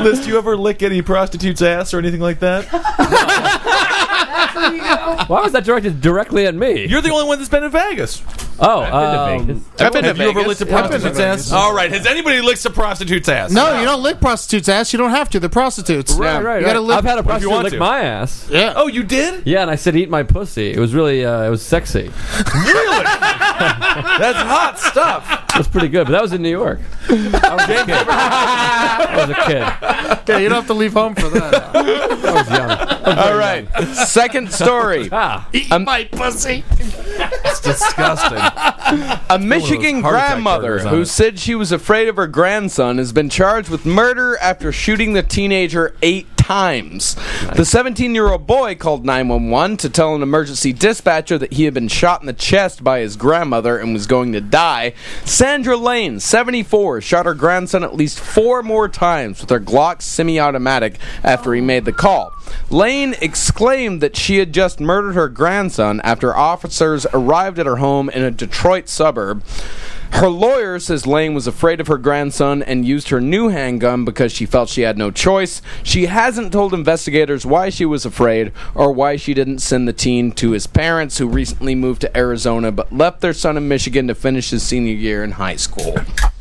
Speaker 7: Liz, do you ever lick any prostitute's ass or anything like that?
Speaker 8: Why was that directed directly at me?
Speaker 7: You're the only one that's been in Vegas.
Speaker 8: oh,
Speaker 11: I've been to
Speaker 8: um,
Speaker 11: Vegas.
Speaker 6: I've been
Speaker 7: Have
Speaker 6: to
Speaker 7: you
Speaker 6: Vegas.
Speaker 7: ever licked a
Speaker 6: Yeah, I've been
Speaker 7: prostitute's
Speaker 6: to
Speaker 7: ass? All right. Has anybody licked a prostitute's ass?
Speaker 10: no, you don't lick prostitutes' ass. You don't have to. They're prostitutes.
Speaker 8: right, right,
Speaker 10: You gotta
Speaker 8: right.
Speaker 10: live-
Speaker 8: I've had a
Speaker 7: if you
Speaker 8: prostitute
Speaker 7: want
Speaker 8: lick
Speaker 7: to.
Speaker 8: my ass.
Speaker 10: Yeah.
Speaker 7: Oh, you did?
Speaker 8: Yeah, and I said, "Eat my pussy." It was really, uh, it was sexy. It
Speaker 7: That's hot stuff.
Speaker 8: was pretty good, but that was in New York. I was a kid. I was a kid.
Speaker 10: yeah, you don't have to leave home for that.
Speaker 8: I was young.
Speaker 6: All right. Second story.
Speaker 8: Ah,
Speaker 7: It's disgusting.
Speaker 6: A Michigan
Speaker 7: heart attack
Speaker 6: grandmother
Speaker 7: burgers on
Speaker 6: who
Speaker 7: it.
Speaker 6: said she was afraid of her grandson has been charged with murder after shooting the teenager eight times. The 17 year old boy called 911 to tell an emergency dispatcher that he had been shot in the chest by his grandmother and was going to die. Sandra Lane, 74, shot her grandson at least four more times with her Glock semi automatic after he made the call. Lane exclaimed that she had just murdered her grandson after officers arrived at her home in a Detroit suburb. Her lawyer says Lane was afraid of her grandson and used her new handgun because she felt she had no choice. She hasn't told investigators why she was afraid or why she didn't send the teen to his parents, who recently moved to Arizona but left their son in Michigan to finish his senior year in high school.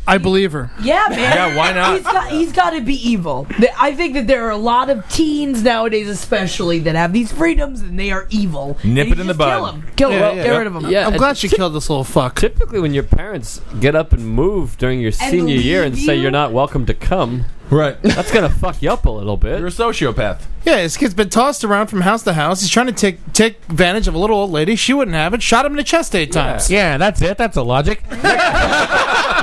Speaker 10: I believe her.
Speaker 9: Yeah, man.
Speaker 7: Yeah, why not?
Speaker 9: He's got, he's got to be evil. Th- I think that there are a lot of teens nowadays, especially, that have these freedoms and they are evil.
Speaker 7: Nip
Speaker 9: And
Speaker 7: it
Speaker 9: you
Speaker 7: in the
Speaker 9: just
Speaker 7: bud.
Speaker 9: Kill them. Kill
Speaker 10: Yeah,
Speaker 9: them.
Speaker 10: yeah.
Speaker 9: Get rid of them.
Speaker 8: yeah.
Speaker 10: I'm glad she killed this little fuck.
Speaker 8: Typically, when your parents get up and move during your senior year and
Speaker 9: leave
Speaker 8: say
Speaker 9: you?
Speaker 8: you're not welcome to come,
Speaker 7: Right.
Speaker 8: that's gonna fuck you up a little
Speaker 7: You're a
Speaker 8: bit.
Speaker 7: sociopath.
Speaker 10: Yeah, this kid's been tossed around from house to house. He's trying to take take advantage of a little old lady. She wouldn't have it. Shot him in the chest eight times.
Speaker 1: Yeah, that's it. That's the logic.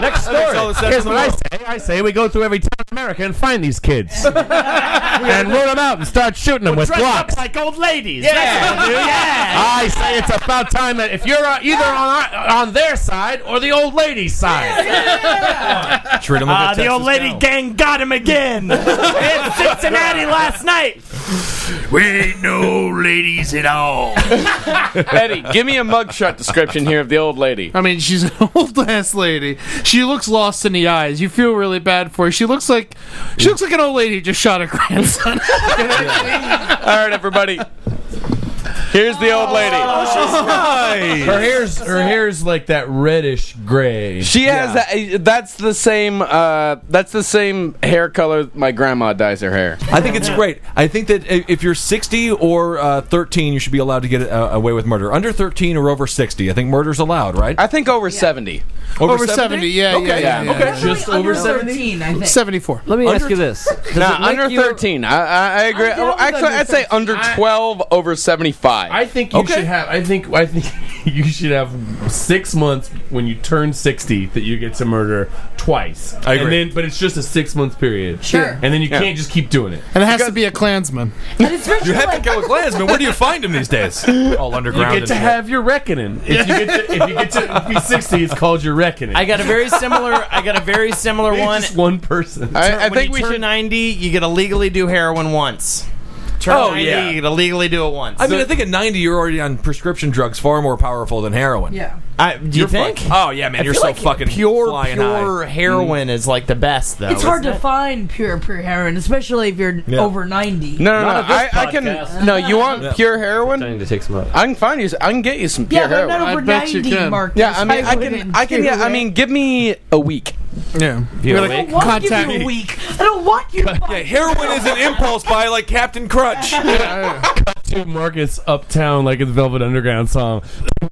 Speaker 8: Next story.
Speaker 1: Here's what I say. I say we go through every town in America and find these kids and rule them out and start shooting them with blocks.
Speaker 12: like old ladies.
Speaker 1: Yeah, dude. I say it's about time that if you're uh, either on our, on their side or the old lady's side,
Speaker 7: Treat him
Speaker 12: Ah,
Speaker 7: like a
Speaker 12: the
Speaker 7: Texas
Speaker 12: old lady
Speaker 7: cow.
Speaker 12: gang got him again in Cincinnati last night.
Speaker 6: Eddie, give me a mugshot description here of the old lady.
Speaker 10: I mean, she's an old ass lady. She looks lost in the eyes. You feel really bad for her. She looks like she looks like an old lady who just shot her grandson.
Speaker 6: All right, everybody. Here's the old lady.
Speaker 11: Her hair's her hair's like that reddish gray.
Speaker 6: She has that. eh, That's the same. Uh, that's the same hair color my grandma dyes her hair.
Speaker 7: I think it's great. I think that i- if you're 60 or uh, 13, you should be allowed to get uh, away with murder. Under 13 or over 60, I think murder's allowed, right?
Speaker 6: I think over 70.
Speaker 7: Over,
Speaker 10: Over 70, yeah,
Speaker 7: okay.
Speaker 10: yeah, yeah,
Speaker 7: okay.
Speaker 10: yeah.
Speaker 11: Just over
Speaker 9: under
Speaker 11: seventy.
Speaker 9: 13, I think.
Speaker 10: 74.
Speaker 8: Let me ask you this. Does
Speaker 6: Nah,
Speaker 8: it make
Speaker 6: under
Speaker 8: you-
Speaker 6: 13. I, I, I agree.
Speaker 9: I'm down with
Speaker 6: Actually,
Speaker 9: under
Speaker 6: I'd say
Speaker 9: 13.
Speaker 6: under
Speaker 11: I-
Speaker 6: 12, over 75.
Speaker 11: I think you
Speaker 7: Okay.
Speaker 11: should have. I think. I think you should have six months when you turn sixty that you get to murder twice. I
Speaker 7: agree.
Speaker 11: And then, but it's just a six month period.
Speaker 9: Sure.
Speaker 11: And then you can't just keep doing it.
Speaker 10: And it has to be a Klansman.
Speaker 9: And especially
Speaker 7: You have to
Speaker 9: like,
Speaker 7: go with Klansman. Where do you find him these days? All
Speaker 11: You
Speaker 7: underground.
Speaker 11: get
Speaker 7: and
Speaker 11: to
Speaker 7: shit.
Speaker 11: have your reckoning. If you get to, if you get to be sixty, it's called your reckoning.
Speaker 12: I got a very similar. I got a very similar
Speaker 11: It's
Speaker 12: one.
Speaker 11: just one person.
Speaker 6: I- I
Speaker 12: when
Speaker 6: think
Speaker 12: you
Speaker 6: we
Speaker 12: turn
Speaker 6: should.
Speaker 12: 90, you get to legally do heroin once. Turn
Speaker 7: Oh,
Speaker 12: 90,
Speaker 7: yeah.
Speaker 12: you get to legally do it once.
Speaker 7: I mean, I think at 90, you're already on prescription drugs far more powerful than heroin.
Speaker 9: yeah.
Speaker 12: I, do you think?
Speaker 7: Oh, yeah, man.
Speaker 12: I
Speaker 7: You're
Speaker 12: feel
Speaker 7: so
Speaker 12: like
Speaker 7: fucking
Speaker 12: pure,
Speaker 7: flying
Speaker 12: pure
Speaker 7: high.
Speaker 12: heroin is like the best
Speaker 7: Oh,
Speaker 12: though.
Speaker 9: It's hard
Speaker 12: isn't
Speaker 9: to find pure pure heroin, especially if you're over ninety.
Speaker 6: no, no, no.
Speaker 12: Not at
Speaker 6: I,
Speaker 12: this
Speaker 6: I can.
Speaker 12: podcast.
Speaker 6: No, you want
Speaker 7: Yeah.
Speaker 6: pure
Speaker 8: I
Speaker 6: heroin?
Speaker 8: need to take some out.
Speaker 6: I can find you. s- I can get you some pure
Speaker 9: yeah, but I'm
Speaker 6: heroin.
Speaker 9: not over
Speaker 10: I bet you
Speaker 9: ninety,
Speaker 10: can.
Speaker 9: Marcus.
Speaker 6: yeah, I mean, I can.
Speaker 9: wouldn't
Speaker 6: I can.
Speaker 9: do
Speaker 6: Yeah, I
Speaker 9: it.
Speaker 6: mean, give me a week.
Speaker 10: Yeah.
Speaker 12: it?
Speaker 9: I don't want to give you a week. I don't want you.
Speaker 7: Yeah, heroin is an impulse buy like Captain Crunch.
Speaker 11: to Marcus uptown like a Velvet Underground song.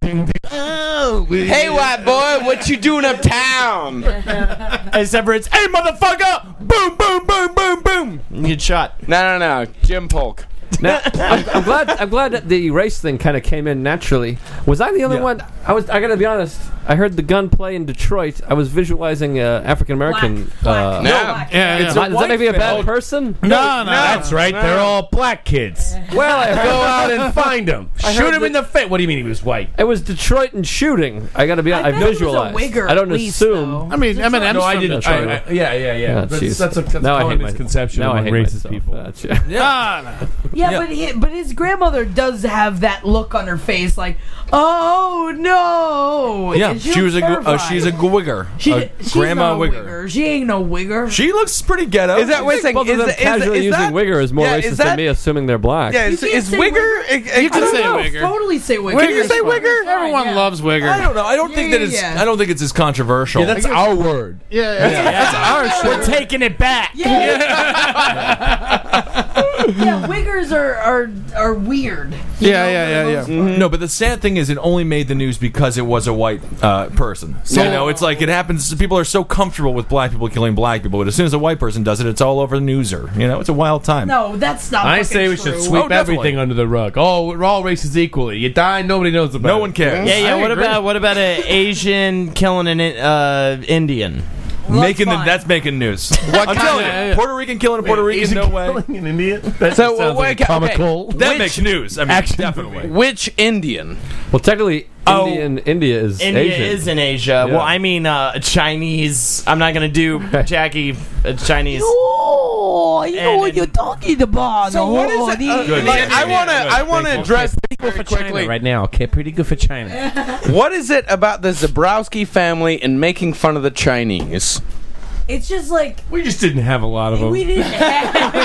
Speaker 6: Hey, white boy, what you doing uptown? No,
Speaker 12: Except for it's hey motherfucker, boom boom boom boom boom. You get shot.
Speaker 6: no, no. Jim Polk.
Speaker 8: Now, I'm, I'm glad. I'm glad that the race thing kind of came in naturally. Was I the only one? I was. I gotta be honest. I heard the gun play in Detroit. I was visualizing uh, African American. Uh,
Speaker 6: No.
Speaker 10: Yeah, yeah.
Speaker 8: Does that make me a bad person?
Speaker 10: no, no.
Speaker 11: That's right. They're all black kids.
Speaker 8: Well, I heard,
Speaker 11: Go out and find him. Shoot
Speaker 8: heard
Speaker 11: him in the face. What do you mean he was white?
Speaker 8: it was Detroit and shooting. I gotta be
Speaker 9: I
Speaker 8: honest. I,
Speaker 9: bet it was a
Speaker 8: visualized.
Speaker 9: wigger
Speaker 8: I don't
Speaker 9: at least,
Speaker 8: assume.
Speaker 9: though.
Speaker 10: I mean, Eminem's
Speaker 11: No, I
Speaker 10: from
Speaker 11: didn't.
Speaker 10: Detroit.
Speaker 11: I, I, yeah, yeah, yeah.
Speaker 8: Ah,
Speaker 11: that's,
Speaker 8: jeez.
Speaker 11: that's a that's
Speaker 8: now I
Speaker 11: common
Speaker 8: hate my-
Speaker 11: misconception
Speaker 8: now I
Speaker 11: among
Speaker 8: hate
Speaker 11: racist
Speaker 8: myself.
Speaker 11: people.
Speaker 8: That's- yeah.
Speaker 11: Ah,
Speaker 9: Yeah, but he, but his grandmother does have that look on her face, like, oh no.
Speaker 7: Yeah,
Speaker 9: And
Speaker 7: she was a
Speaker 9: terrified.
Speaker 7: uh, she's a wigger,
Speaker 9: She-
Speaker 7: a
Speaker 9: she's
Speaker 7: grandma
Speaker 9: not a
Speaker 7: wigger.
Speaker 9: wigger. She ain't no wigger.
Speaker 7: She looks pretty ghetto.
Speaker 6: Is that
Speaker 7: I
Speaker 6: wait a
Speaker 7: think
Speaker 6: second?
Speaker 8: Both of
Speaker 6: is
Speaker 8: them
Speaker 6: that- is
Speaker 8: casually
Speaker 6: that-
Speaker 8: using wigger is more
Speaker 6: yeah,
Speaker 8: racist
Speaker 6: is
Speaker 8: than
Speaker 6: that-
Speaker 8: me assuming they're black.
Speaker 6: Yeah, is,
Speaker 9: can't
Speaker 6: is
Speaker 9: say
Speaker 6: wigger? You
Speaker 10: can say
Speaker 9: No,
Speaker 10: wigger.
Speaker 9: Totally say wigger.
Speaker 6: Can you say wigger?
Speaker 10: Everyone
Speaker 9: yeah.
Speaker 10: loves Wigger.
Speaker 7: I don't know. I don't
Speaker 9: Yeah,
Speaker 7: think that
Speaker 9: yeah,
Speaker 7: it's.
Speaker 9: yeah.
Speaker 7: I don't think it's as controversial.
Speaker 11: That's our word.
Speaker 10: Yeah, yeah.
Speaker 9: That's our
Speaker 12: We're taking it back.
Speaker 9: Yeah. yeah, wiggers are are, are weird.
Speaker 10: Yeah, yeah, yeah, yeah.
Speaker 7: no, but the sad thing is, it only made the news because it was a white uh, person. So you know, it's like it happens. People are so comfortable with black people killing black people, but as soon as a white person does it, it's all over the newser. You know, it's a wild time.
Speaker 9: No, that's not.
Speaker 11: I
Speaker 9: fucking
Speaker 11: say we
Speaker 9: true.
Speaker 11: should sweep
Speaker 7: Oh, definitely.
Speaker 11: everything under the rug. Oh, we're all races equally. You die, nobody knows about.
Speaker 7: no
Speaker 11: it.
Speaker 7: one cares.
Speaker 12: Yeah, yeah. What about what about an Asian killing an I- uh, Indian?
Speaker 9: Well,
Speaker 7: making
Speaker 9: that's
Speaker 7: the,
Speaker 9: fine.
Speaker 7: that's making news. What I'm telling you, Puerto Rican killing a Puerto Rican,
Speaker 11: Asian
Speaker 7: no way.
Speaker 11: killing an Indian. That
Speaker 6: So,
Speaker 11: just sounds
Speaker 6: wait,
Speaker 11: like
Speaker 6: okay.
Speaker 11: a comical.
Speaker 7: That
Speaker 6: Which
Speaker 7: makes news. I mean,
Speaker 11: action
Speaker 7: definitely.
Speaker 6: Which Indian?
Speaker 8: Well, technically,
Speaker 12: Oh.
Speaker 8: Indian India is
Speaker 12: India
Speaker 8: Asian.
Speaker 12: is in Asia.
Speaker 8: Yeah.
Speaker 12: Well, I mean uh, Chinese. I'm not gonna do Jackie uh, Chinese.
Speaker 9: Oh, you know
Speaker 12: And-
Speaker 9: what you're talking about.
Speaker 6: So what is
Speaker 9: oh,
Speaker 6: it?
Speaker 9: the-
Speaker 6: uh, like, I want to. I want to address very quickly.
Speaker 11: now, okay, pretty good for China.
Speaker 6: What is it about the Zabrowski family and making fun of the Chinese?
Speaker 9: It's just like
Speaker 11: We just didn't have a lot of them.
Speaker 9: we didn't have,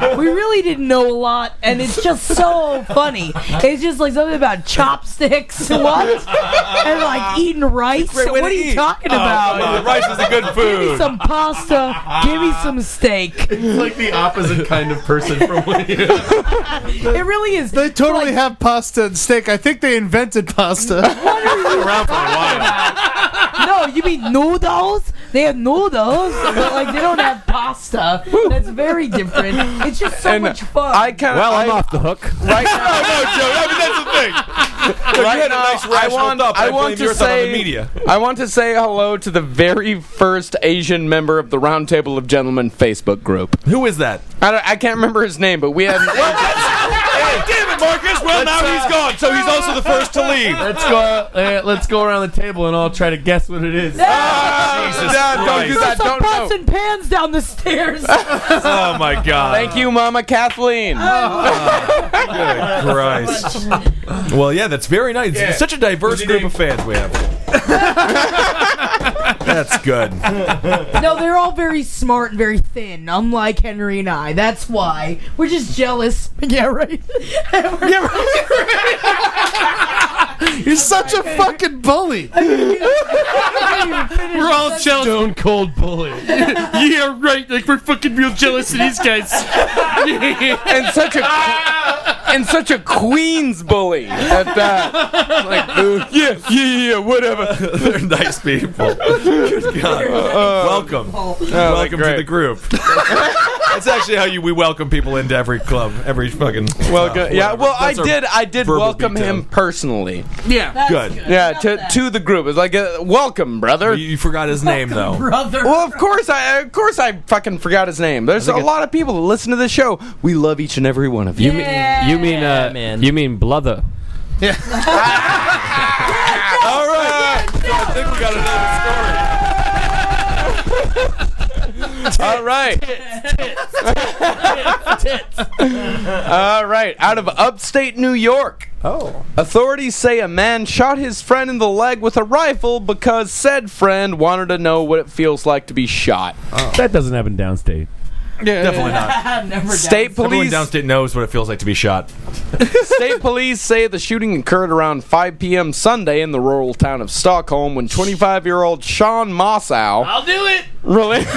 Speaker 9: no, we really didn't know a lot, and it's just so funny. It's just like something about chopsticks, what, and like eating rice.
Speaker 7: Great way
Speaker 9: What are
Speaker 7: to
Speaker 9: you
Speaker 7: eat.
Speaker 9: talking
Speaker 7: Oh,
Speaker 9: about?
Speaker 7: come on, Rice is a good
Speaker 9: Give me
Speaker 7: food.
Speaker 9: some pasta. Give me some steak. It
Speaker 11: like the opposite kind of person from what you.
Speaker 9: really is.
Speaker 10: They totally
Speaker 9: Like-
Speaker 10: have pasta and steak. I think they invented pasta.
Speaker 9: No, you mean noodles? They have noodles, but like they don't have pasta. That's very different. It's just so much fun.
Speaker 6: I kind of.
Speaker 8: well,
Speaker 6: I,
Speaker 8: I'm off the hook.
Speaker 6: right
Speaker 7: no,
Speaker 6: now.
Speaker 7: no, Joe. I mean, that's the thing. If you
Speaker 6: Right
Speaker 7: had a
Speaker 6: now,
Speaker 7: nice
Speaker 6: I
Speaker 7: rational
Speaker 6: want.
Speaker 7: thought, but
Speaker 6: I
Speaker 7: I blame
Speaker 6: want to
Speaker 7: yours on the
Speaker 6: say.
Speaker 7: media.
Speaker 6: I want to say hello to the very first Asian member of the Roundtable of Gentlemen Facebook group.
Speaker 7: Who is that?
Speaker 6: I, don't, I can't remember his name, but we had.
Speaker 7: Hey, damn it, Marcus. Well, now he's gone, so he's also the first to leave.
Speaker 11: Let's go. Uh, let's go around the table and all try to guess what it is.
Speaker 7: Jesus
Speaker 6: Dad, don't
Speaker 7: Christ.
Speaker 6: do
Speaker 9: Throw
Speaker 6: that.
Speaker 9: some
Speaker 6: Don't
Speaker 9: pots
Speaker 6: know.
Speaker 9: and pans down the stairs.
Speaker 7: Oh my God.
Speaker 6: Thank you, Mama Kathleen.
Speaker 7: Oh, Christ. well, yeah, that's very nice. It's Such a diverse group of fans we have. That's good.
Speaker 9: no, they're all very smart and very thin, unlike Henry and I. That's why. We're just jealous. Yeah, right. yeah,
Speaker 10: You're such a fucking bully.
Speaker 9: We're
Speaker 10: all jealous. Stone cold bully. yeah, right. Like we're fucking real jealous of these guys.
Speaker 6: and such a and such a Queens bully at that. uh, Like, dude, yeah, yeah, yeah, yeah, whatever.
Speaker 7: They're nice people. Good God. welcome.
Speaker 9: Oh,
Speaker 7: welcome to
Speaker 6: oh, great.
Speaker 7: the group. That's actually how you we welcome people into every club, every fucking.
Speaker 6: Well,
Speaker 7: uh,
Speaker 6: good. yeah.
Speaker 7: whatever.
Speaker 6: Well, I
Speaker 7: That's our
Speaker 6: did. I did
Speaker 7: verbal
Speaker 6: welcome
Speaker 7: beatdown.
Speaker 6: him personally.
Speaker 10: Yeah.
Speaker 7: Good.
Speaker 6: Yeah, to to the group. It's like, uh, welcome, brother.
Speaker 7: You, you forgot his name though.
Speaker 9: brother.
Speaker 6: Well, of course, I of course I fucking forgot his name. There's a lot of people that listen to this show. We love each and every one of you.
Speaker 9: Yeah.
Speaker 8: You mean uh,
Speaker 12: man.
Speaker 8: you mean blother?
Speaker 7: All right. I think we got another story.
Speaker 6: All right. All right. Out of upstate New York.
Speaker 12: Oh.
Speaker 6: Authorities say a man shot his friend in the leg with a rifle because said friend wanted to know what it feels like to be shot.
Speaker 1: That doesn't happen downstate.
Speaker 7: Definitely not.
Speaker 9: Never
Speaker 6: State
Speaker 7: Everyone
Speaker 6: police
Speaker 7: downstate knows what it feels like to be shot.
Speaker 6: State police say the shooting occurred around 5 p.m. Sunday in the rural town of Stockholm when 25-year-old Sean Mossow
Speaker 11: I'll do it.
Speaker 6: really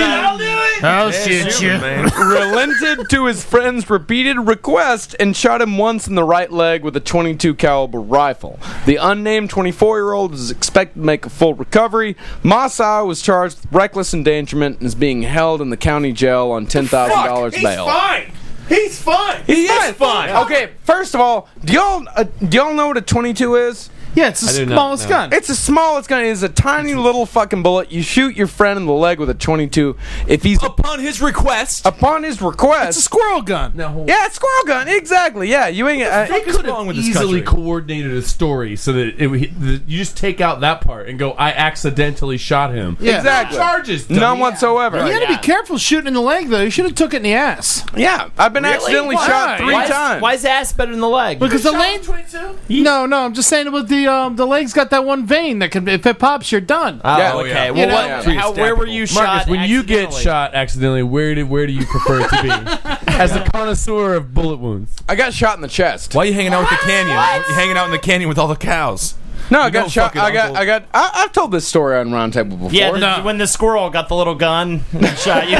Speaker 11: I'll do it.
Speaker 10: I'll shoot you.
Speaker 7: Man.
Speaker 6: relented to his friend's repeated request and shot him once in the right leg with a 22 caliber rifle. The unnamed 24-year-old is expected to make a full recovery. Massa was charged with reckless endangerment and is being held in the county jail on $10,000
Speaker 11: He's
Speaker 6: bail.
Speaker 11: fine. He's fine.
Speaker 6: He is fine. Okay, first of all, do y'all uh, do y'all know what a 22 is?
Speaker 10: Yeah, it's the
Speaker 8: do not
Speaker 10: smallest
Speaker 8: know.
Speaker 10: gun.
Speaker 6: It's the smallest gun. It's a tiny little fucking bullet. You shoot your friend in the leg with a 22. If he's
Speaker 7: Upon his request.
Speaker 6: upon his
Speaker 10: It's a
Speaker 6: request,
Speaker 10: squirrel gun. No.
Speaker 6: yeah, it's squirrel gun. Exactly. Yeah, you ain't. Uh,
Speaker 11: They could
Speaker 7: wrong
Speaker 11: have
Speaker 7: with this
Speaker 11: easily
Speaker 7: country?
Speaker 11: coordinated a story so that it, would- that you just take out that part and go, "I accidentally shot him."
Speaker 10: Yeah.
Speaker 6: exactly.
Speaker 11: Charges. dummy.
Speaker 6: None whatsoever.
Speaker 10: You
Speaker 6: Yeah.
Speaker 10: gotta be careful shooting in the leg though. You should have took it in the ass.
Speaker 6: I've been accidentally
Speaker 10: Why?
Speaker 6: shot three
Speaker 12: Why is,
Speaker 6: times.
Speaker 12: why is the ass better than the leg?
Speaker 10: Because the leg. No, no. I'm just saying about the um the leg's got that one vein that can if it pops you're done.
Speaker 12: Oh,
Speaker 6: Yeah.
Speaker 12: okay.
Speaker 6: You
Speaker 12: Well,
Speaker 10: know,
Speaker 12: what,
Speaker 7: yeah.
Speaker 12: how, where were you
Speaker 11: Marcus,
Speaker 12: shot?
Speaker 11: when you get
Speaker 12: accidentally?
Speaker 11: shot accidentally, where do where do you prefer to be? As a connoisseur of bullet wounds,
Speaker 6: I got shot in the chest.
Speaker 7: Why are you hanging out with the canyon? you hanging out in the canyon with all the cows.
Speaker 6: No, I
Speaker 7: You
Speaker 6: got
Speaker 7: don't
Speaker 6: shot.
Speaker 7: fucking
Speaker 6: I got.
Speaker 7: uncle.
Speaker 6: I got. I, I've told this story on Roundtable before.
Speaker 12: Yeah, the, when the squirrel got the little gun and shot you.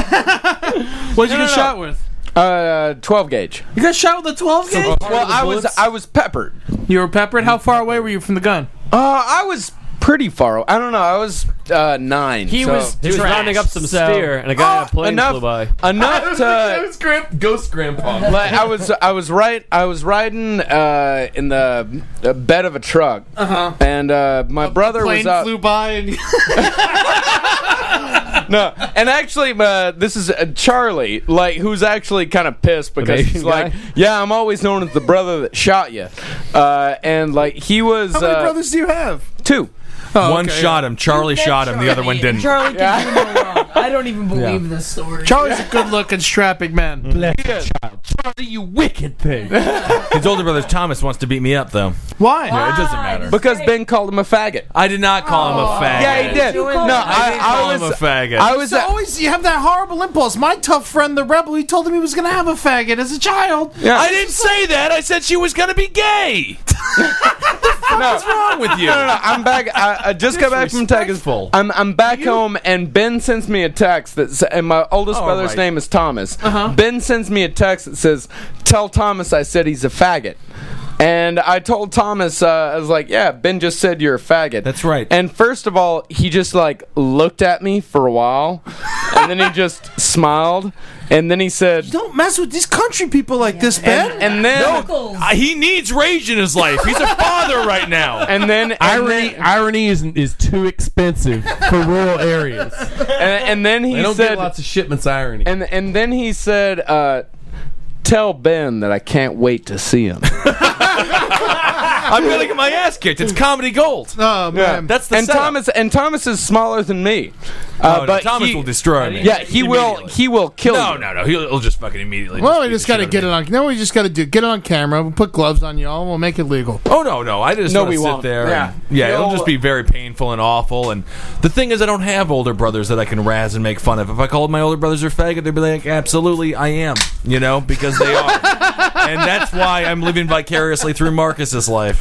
Speaker 10: What'd you get shot with?
Speaker 6: Uh, 12 gauge.
Speaker 10: You got shot with a 12 gauge.
Speaker 6: Well, I was. I was peppered.
Speaker 10: You were peppered. How far away were you from the gun?
Speaker 6: Uh, I was pretty far. I don't know. I was uh, nine.
Speaker 12: He
Speaker 6: so-
Speaker 12: was
Speaker 8: He was
Speaker 12: trash,
Speaker 8: rounding up some
Speaker 12: so-
Speaker 8: steer, and a guy
Speaker 7: Oh,
Speaker 8: in a plane
Speaker 6: enough,
Speaker 8: flew by.
Speaker 6: Enough
Speaker 11: that
Speaker 6: to
Speaker 11: was grand, ghost grandpa.
Speaker 6: like, I was I was right I was riding uh, in the uh, bed of a truck, uh-huh. and uh, my brother was up.
Speaker 10: by and
Speaker 6: No, and actually, uh, this is uh, Charlie, like who's actually kind of pissed because
Speaker 8: Asian
Speaker 6: he's like,
Speaker 8: guy?
Speaker 6: "Yeah, I'm always known as the brother that shot you," uh, and like he was
Speaker 10: How many
Speaker 6: uh,
Speaker 10: brothers do you have?
Speaker 6: two.
Speaker 10: Oh,
Speaker 7: One
Speaker 10: okay.
Speaker 7: shot him. Charlie shot him. The other one didn't.
Speaker 9: Charlie can do no wrong. I don't even believe this story.
Speaker 6: Oh,
Speaker 10: Charlie's a good-looking, strapping man.
Speaker 11: you wicked thing.
Speaker 7: His older brother Thomas wants to beat me up though.
Speaker 10: Why?
Speaker 7: Yeah, it doesn't matter.
Speaker 6: Because Ben called him a faggot.
Speaker 7: I did not call him a faggot.
Speaker 6: Yeah, he did. No,
Speaker 9: You called him a
Speaker 6: I,
Speaker 7: didn't
Speaker 6: I
Speaker 7: call him a
Speaker 6: was.
Speaker 7: faggot.
Speaker 6: I was. uh,
Speaker 10: So always you have that horrible impulse. My tough friend, the rebel, he told him he was going to have a faggot as a child.
Speaker 6: yeah.
Speaker 7: I didn't say that. I said she was gonna be gay.
Speaker 6: No,
Speaker 7: What's wrong with you?
Speaker 6: no, no, I'm back. I, I just got back from Texas.
Speaker 7: Disrespectful.
Speaker 6: I'm I'm back home, and Ben sends me a text that, sa- and my oldest
Speaker 7: All
Speaker 6: brother's
Speaker 7: right.
Speaker 6: name is Thomas. Ben sends me a text that says, "Tell Thomas I said he's a faggot." And I told Thomas, uh, I was like, "Yeah, Ben just said you're a faggot."
Speaker 7: That's right.
Speaker 6: And first of all, he just like looked at me for a while, and then he just smiled, and then he said,
Speaker 10: Don't mess with these country people like this, Ben.
Speaker 6: and then
Speaker 7: Uh, he needs rage in his life. He's a father right now.
Speaker 6: and then and
Speaker 11: Irony,
Speaker 6: then-
Speaker 11: irony is is too expensive for rural areas.
Speaker 6: and, and then he
Speaker 11: They don't
Speaker 6: said,
Speaker 11: get lots of shipments. of Irony.
Speaker 6: And and then he said, uh, "Tell Ben that I can't wait to see him."
Speaker 7: I'm gonna get my ass kicked.
Speaker 6: Hmm.
Speaker 7: It's comedy gold.
Speaker 6: Uh,
Speaker 13: Oh man,
Speaker 7: That's the
Speaker 6: and
Speaker 7: setup.
Speaker 6: Thomas and Thomas is smaller than me.
Speaker 7: Oh,
Speaker 6: Uh,
Speaker 7: no,
Speaker 6: but
Speaker 7: Thomas
Speaker 6: he-
Speaker 7: will destroy me.
Speaker 6: Yeah, he will.
Speaker 7: Immediately.
Speaker 6: He will kill
Speaker 7: No,
Speaker 6: you.
Speaker 7: no, no. He'll, he'll just fucking immediately.
Speaker 13: Well, we
Speaker 7: beat
Speaker 13: just
Speaker 7: the
Speaker 13: got to
Speaker 7: shit
Speaker 13: get it
Speaker 7: out of
Speaker 13: on. No, we just got to do get it on camera. We'll put gloves on y'all. We'll make it legal.
Speaker 7: me. Oh no, no. I just
Speaker 6: No,
Speaker 7: wanna
Speaker 6: we
Speaker 7: sit
Speaker 6: won't.
Speaker 7: there. and-
Speaker 6: Yeah.
Speaker 7: yeah. It'll
Speaker 6: You'll-
Speaker 7: just be very painful and awful. And the thing is, I don't have older brothers that I can razz and make fun of. If I called my older brothers a faggot, they'd be like, "Absolutely, I am." You know, because they are. and that's why I'm living vicariously through Marcus's life.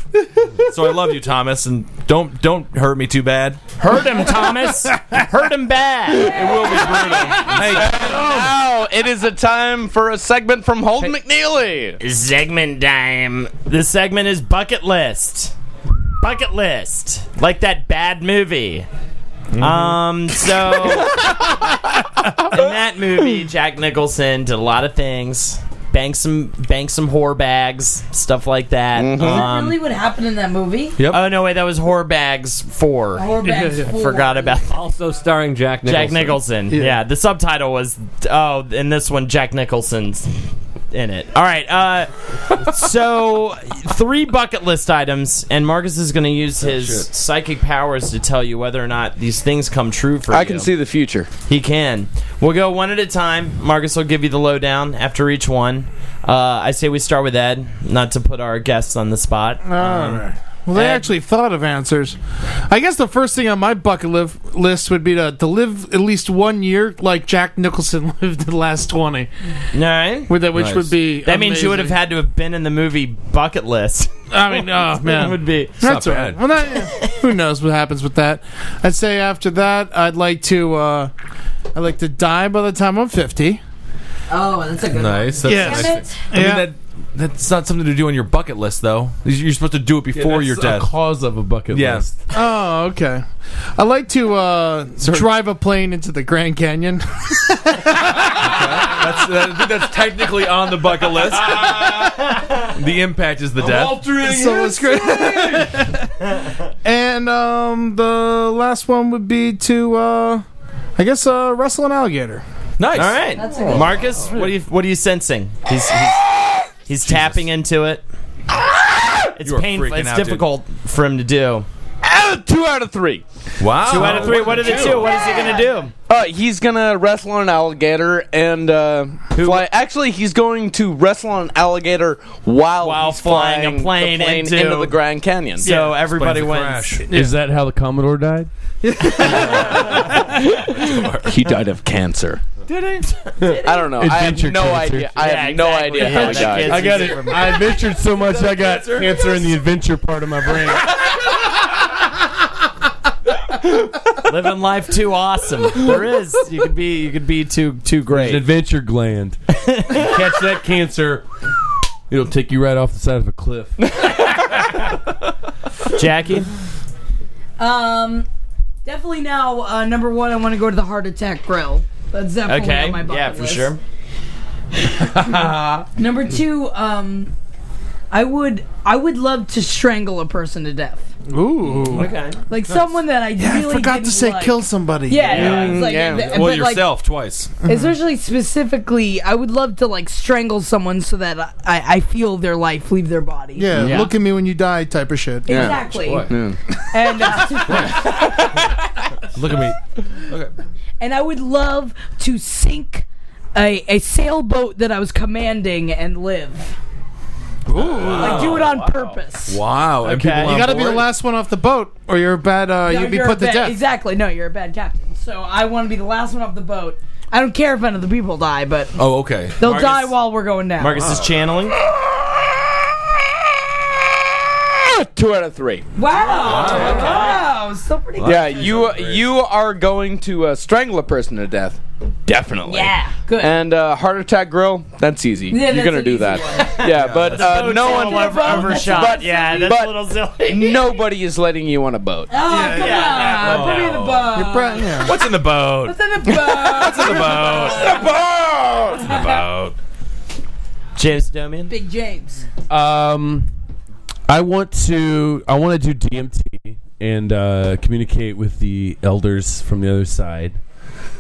Speaker 7: So I love you, Thomas, and don't don't hurt me too bad.
Speaker 11: Hurt him, Thomas. Hurt him bad.
Speaker 7: It will be brutal. hey,
Speaker 6: Now it is a time for a segment from Hold McNeely.
Speaker 11: Segment time. This segment is bucket list. Bucket list, like that bad movie.
Speaker 6: Mm-hmm.
Speaker 11: Um, so in that movie, Jack Nicholson did a lot of things. Banked some, banked some whore bags, stuff like that.
Speaker 6: Mm-hmm.
Speaker 11: Um,
Speaker 9: really what happened in that movie?
Speaker 7: Yep.
Speaker 11: Oh no, wait, that was whore bags four.
Speaker 9: Or Bags
Speaker 11: I
Speaker 9: Fool.
Speaker 11: forgot about
Speaker 14: Also starring Jack Nicholson.
Speaker 11: Jack Nicholson. Yeah. the subtitle was oh, in this one Jack Nicholson's in it. All right, uh, so three bucket list items, and Marcus is going to use
Speaker 6: Oh,
Speaker 11: his psychic powers to tell you whether or not these things come true for you.
Speaker 6: I can see the future.
Speaker 11: He can. We'll go one at a time. Marcus will give you the lowdown after each one. Uh, I say we start with Ed, not to put our guests on the spot. Um,
Speaker 13: Well, they
Speaker 11: Ed.
Speaker 13: actually thought of answers. I guess the first thing on my bucket liv- list would be to, to live at least one year like Jack Nicholson lived the last twenty,
Speaker 11: All right.
Speaker 13: with that, which would be
Speaker 11: That means you would have
Speaker 13: amazing.
Speaker 11: had to have been in the movie Bucket List.
Speaker 13: I mean, oh
Speaker 11: that
Speaker 13: man,
Speaker 11: would be.
Speaker 13: That's
Speaker 7: not
Speaker 13: all right.
Speaker 7: bad.
Speaker 13: Well, that, who knows what happens with that? I'd say after that, I'd like to, uh, I'd like to die by the time I'm fifty.
Speaker 9: Oh, that's a good
Speaker 7: nice. That's
Speaker 13: Yes.
Speaker 7: nice.
Speaker 9: Damn it.
Speaker 7: I
Speaker 13: Yeah.
Speaker 7: mean that that's not something to do on your bucket list though. You're supposed to do it before your
Speaker 15: That's
Speaker 7: death.
Speaker 15: a cause of a bucket
Speaker 7: Yes.
Speaker 15: list.
Speaker 13: Oh, okay. I like to uh, drive a plane into the Grand Canyon.
Speaker 7: that's, uh, I think that's technically on the bucket list. the impact is the death.
Speaker 15: Altering
Speaker 13: So it's great. and um, the last one would be to, uh, I guess, uh, wrestle an alligator.
Speaker 7: Nice.
Speaker 11: All right,
Speaker 9: a good
Speaker 11: Marcus, what are you what are you sensing? He's he's, he's tapping into it. It's
Speaker 7: You are
Speaker 11: painful.
Speaker 7: freaking
Speaker 11: It's
Speaker 7: out, dude.
Speaker 11: difficult for him to do.
Speaker 6: Out two out of three.
Speaker 7: Wow.
Speaker 11: Two out of three. What are the two? What is he gonna do?
Speaker 6: Uh, he's gonna wrestle on an alligator and uh, fly. Actually, he's going to wrestle on an alligator while
Speaker 11: While
Speaker 6: he's
Speaker 11: flying a
Speaker 6: the
Speaker 11: plane into-
Speaker 6: the Grand Canyon.
Speaker 11: So everybody
Speaker 7: the
Speaker 11: wins.
Speaker 7: crash.
Speaker 15: Is that how the Commodore died?
Speaker 6: he died of cancer. Did he? I don't know. I have
Speaker 15: Adventure
Speaker 6: no
Speaker 15: cancer.
Speaker 6: idea. I
Speaker 11: Yeah,
Speaker 6: have no
Speaker 11: exactly.
Speaker 6: idea how he
Speaker 11: Yeah, that
Speaker 6: died.
Speaker 11: kid's-
Speaker 8: I got it. I adventured so much I got cancer in the adventure part of my brain.
Speaker 11: Living life too awesome. There is. You could be. You could be too too
Speaker 15: An
Speaker 11: great.
Speaker 15: adventure gland. Catch that cancer. It'll take you right off the side of a cliff.
Speaker 11: Jackie.
Speaker 9: Um, definitely now, uh, number one, I want to go to the Heart Attack Grill. That's definitely
Speaker 11: Okay.
Speaker 9: on my bucket
Speaker 11: Yeah, for
Speaker 9: list.
Speaker 11: sure.
Speaker 9: Number two, um, I would I would love to strangle a person to death,
Speaker 13: Ooh.
Speaker 11: Okay.
Speaker 9: like someone that I
Speaker 13: I
Speaker 9: really
Speaker 13: forgot to
Speaker 9: didn't
Speaker 13: say
Speaker 9: like.
Speaker 13: kill somebody.
Speaker 9: Yeah, yeah. It's like,
Speaker 6: Yeah.
Speaker 9: th-
Speaker 7: Well,
Speaker 9: but, like,
Speaker 7: yourself twice.
Speaker 13: Mm-hmm.
Speaker 9: especially specifically, I would love to like strangle someone so that I, I feel their life leave their body.
Speaker 13: Yeah, look at me when you die type of shit.
Speaker 9: Exactly.
Speaker 6: Hmm.
Speaker 9: And uh,
Speaker 7: Look at me.
Speaker 9: and I would love to sink a, a sailboat that I was commanding and live. like do it on purpose.
Speaker 7: Wow. And
Speaker 11: Okay.
Speaker 7: people
Speaker 11: You
Speaker 13: You
Speaker 7: on
Speaker 13: gotta be the
Speaker 7: board?
Speaker 13: last one off the boat, or you're a bad. Uh,
Speaker 9: No,
Speaker 13: you'd be
Speaker 9: you're a
Speaker 13: put to
Speaker 9: bad-
Speaker 13: death.
Speaker 9: Exactly. No, you're a bad captain. So I want to be the last one off the boat. I don't care if none of the people die, but
Speaker 7: Oh, okay.
Speaker 9: they'll
Speaker 11: Marcus-
Speaker 9: die while we're going down.
Speaker 11: Marcus is channeling.
Speaker 6: Ah, Two out of three.
Speaker 9: Wow. Wow. Still pretty good.
Speaker 6: Yeah, you you are going to uh, strangle a person to death. Definitely.
Speaker 9: Yeah. Good.
Speaker 6: And uh, heart attack grill. That's easy.
Speaker 9: Yeah,
Speaker 6: You're
Speaker 9: that's
Speaker 6: gonna
Speaker 9: an
Speaker 6: do
Speaker 9: easy
Speaker 6: that.
Speaker 9: one.
Speaker 6: Yeah, but uh, no one.
Speaker 11: Over- overshot.
Speaker 6: But-
Speaker 11: yeah, that's a
Speaker 6: but-
Speaker 11: little silly.
Speaker 6: Nobody is letting you on a boat.
Speaker 9: Oh, come on. Put me in the boat.
Speaker 13: You're bra- yeah.
Speaker 7: What's in the boat?
Speaker 9: Put me in the boat.
Speaker 7: What's in the boat? What's in the boat?
Speaker 11: James Domian.
Speaker 9: Big James.
Speaker 8: Um, I want to I want to do DMT and uh, communicate with the elders from the other side.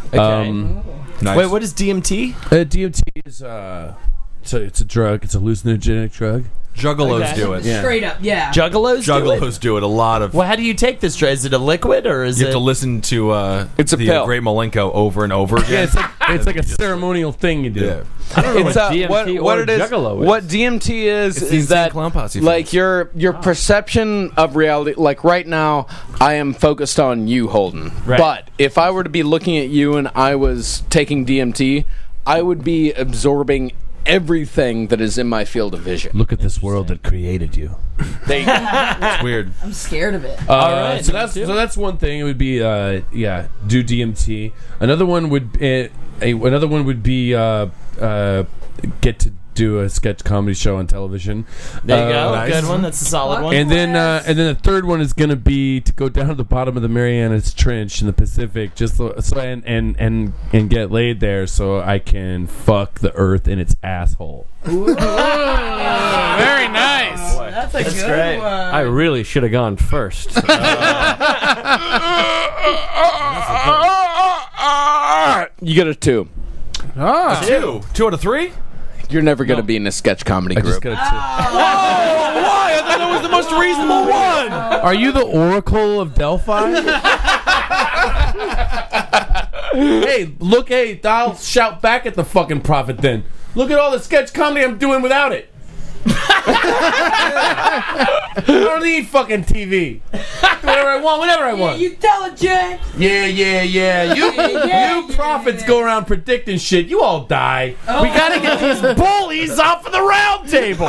Speaker 11: Okay.
Speaker 8: Um,
Speaker 7: Nice.
Speaker 11: Wait, what is DMT?
Speaker 8: uh, DMT is uh, it's a, it's a drug. It's a hallucinogenic drug.
Speaker 7: Juggalos
Speaker 16: Okay.
Speaker 7: do it.
Speaker 9: Straight up, yeah.
Speaker 16: Juggalos. Do it?
Speaker 7: Juggalos do it a lot of.
Speaker 16: Well, how do you take this? Dre? Is it a liquid or is
Speaker 7: You
Speaker 16: it?
Speaker 7: have to listen to uh,
Speaker 6: It's a
Speaker 7: the
Speaker 6: pill.
Speaker 7: Great Malenko over and over again.
Speaker 11: Yeah, it's like it's like a ceremonial thing you do.
Speaker 7: Yeah.
Speaker 8: I don't know
Speaker 6: It's
Speaker 8: what
Speaker 6: uh,
Speaker 8: DMT
Speaker 6: what,
Speaker 8: or
Speaker 6: what it is,
Speaker 8: Juggalo is.
Speaker 6: What DMT is
Speaker 7: It's the
Speaker 6: is
Speaker 7: insane
Speaker 6: that
Speaker 7: clown posse
Speaker 6: like
Speaker 7: fans.
Speaker 6: your your perception of reality. Like right now, I am focused on you, Holden.
Speaker 16: Right.
Speaker 6: But if I were to be looking at you and I was taking DMT, I would be absorbing everything that is in my field of vision.
Speaker 11: Look at this world that created you.
Speaker 6: They,
Speaker 7: It's weird.
Speaker 9: I'm scared of it.
Speaker 11: All
Speaker 16: right,
Speaker 11: uh, So
Speaker 16: me
Speaker 11: that's
Speaker 16: too.
Speaker 11: so that's one thing. It would be uh, yeah, do DMT. Another one would uh, a, another one would be uh, uh, get to do a sketch comedy show on television.
Speaker 16: there you go.
Speaker 11: Uh,
Speaker 7: nice.
Speaker 16: Good one. That's a solid one.
Speaker 11: And then, uh, and then the third one is going to be to go down to the bottom of the Marianas Trench in the Pacific, just so, so and, and and and get laid there, so I can fuck the Earth in its asshole.
Speaker 17: Very nice.
Speaker 9: That's a good
Speaker 16: great.
Speaker 9: one.
Speaker 8: I really should have gone first.
Speaker 6: you get a two.
Speaker 17: Ah.
Speaker 7: Two, two out of three.
Speaker 6: You're never going to be in a sketch comedy
Speaker 11: I
Speaker 6: group.
Speaker 11: just got to.
Speaker 7: Why? I thought that was the most reasonable one.
Speaker 11: Are you the Oracle of Delphi? hey, look, hey, I'll shout back at the fucking prophet. Then look at all the sketch comedy I'm doing without it. I don't need fucking TV. Do whatever I want, whenever I want.
Speaker 9: You tell it, Jay.
Speaker 11: Yeah, yeah, yeah. You,
Speaker 9: yeah,
Speaker 11: you prophets go around predicting shit. You all die.
Speaker 16: we gotta get these bullies off of the round table.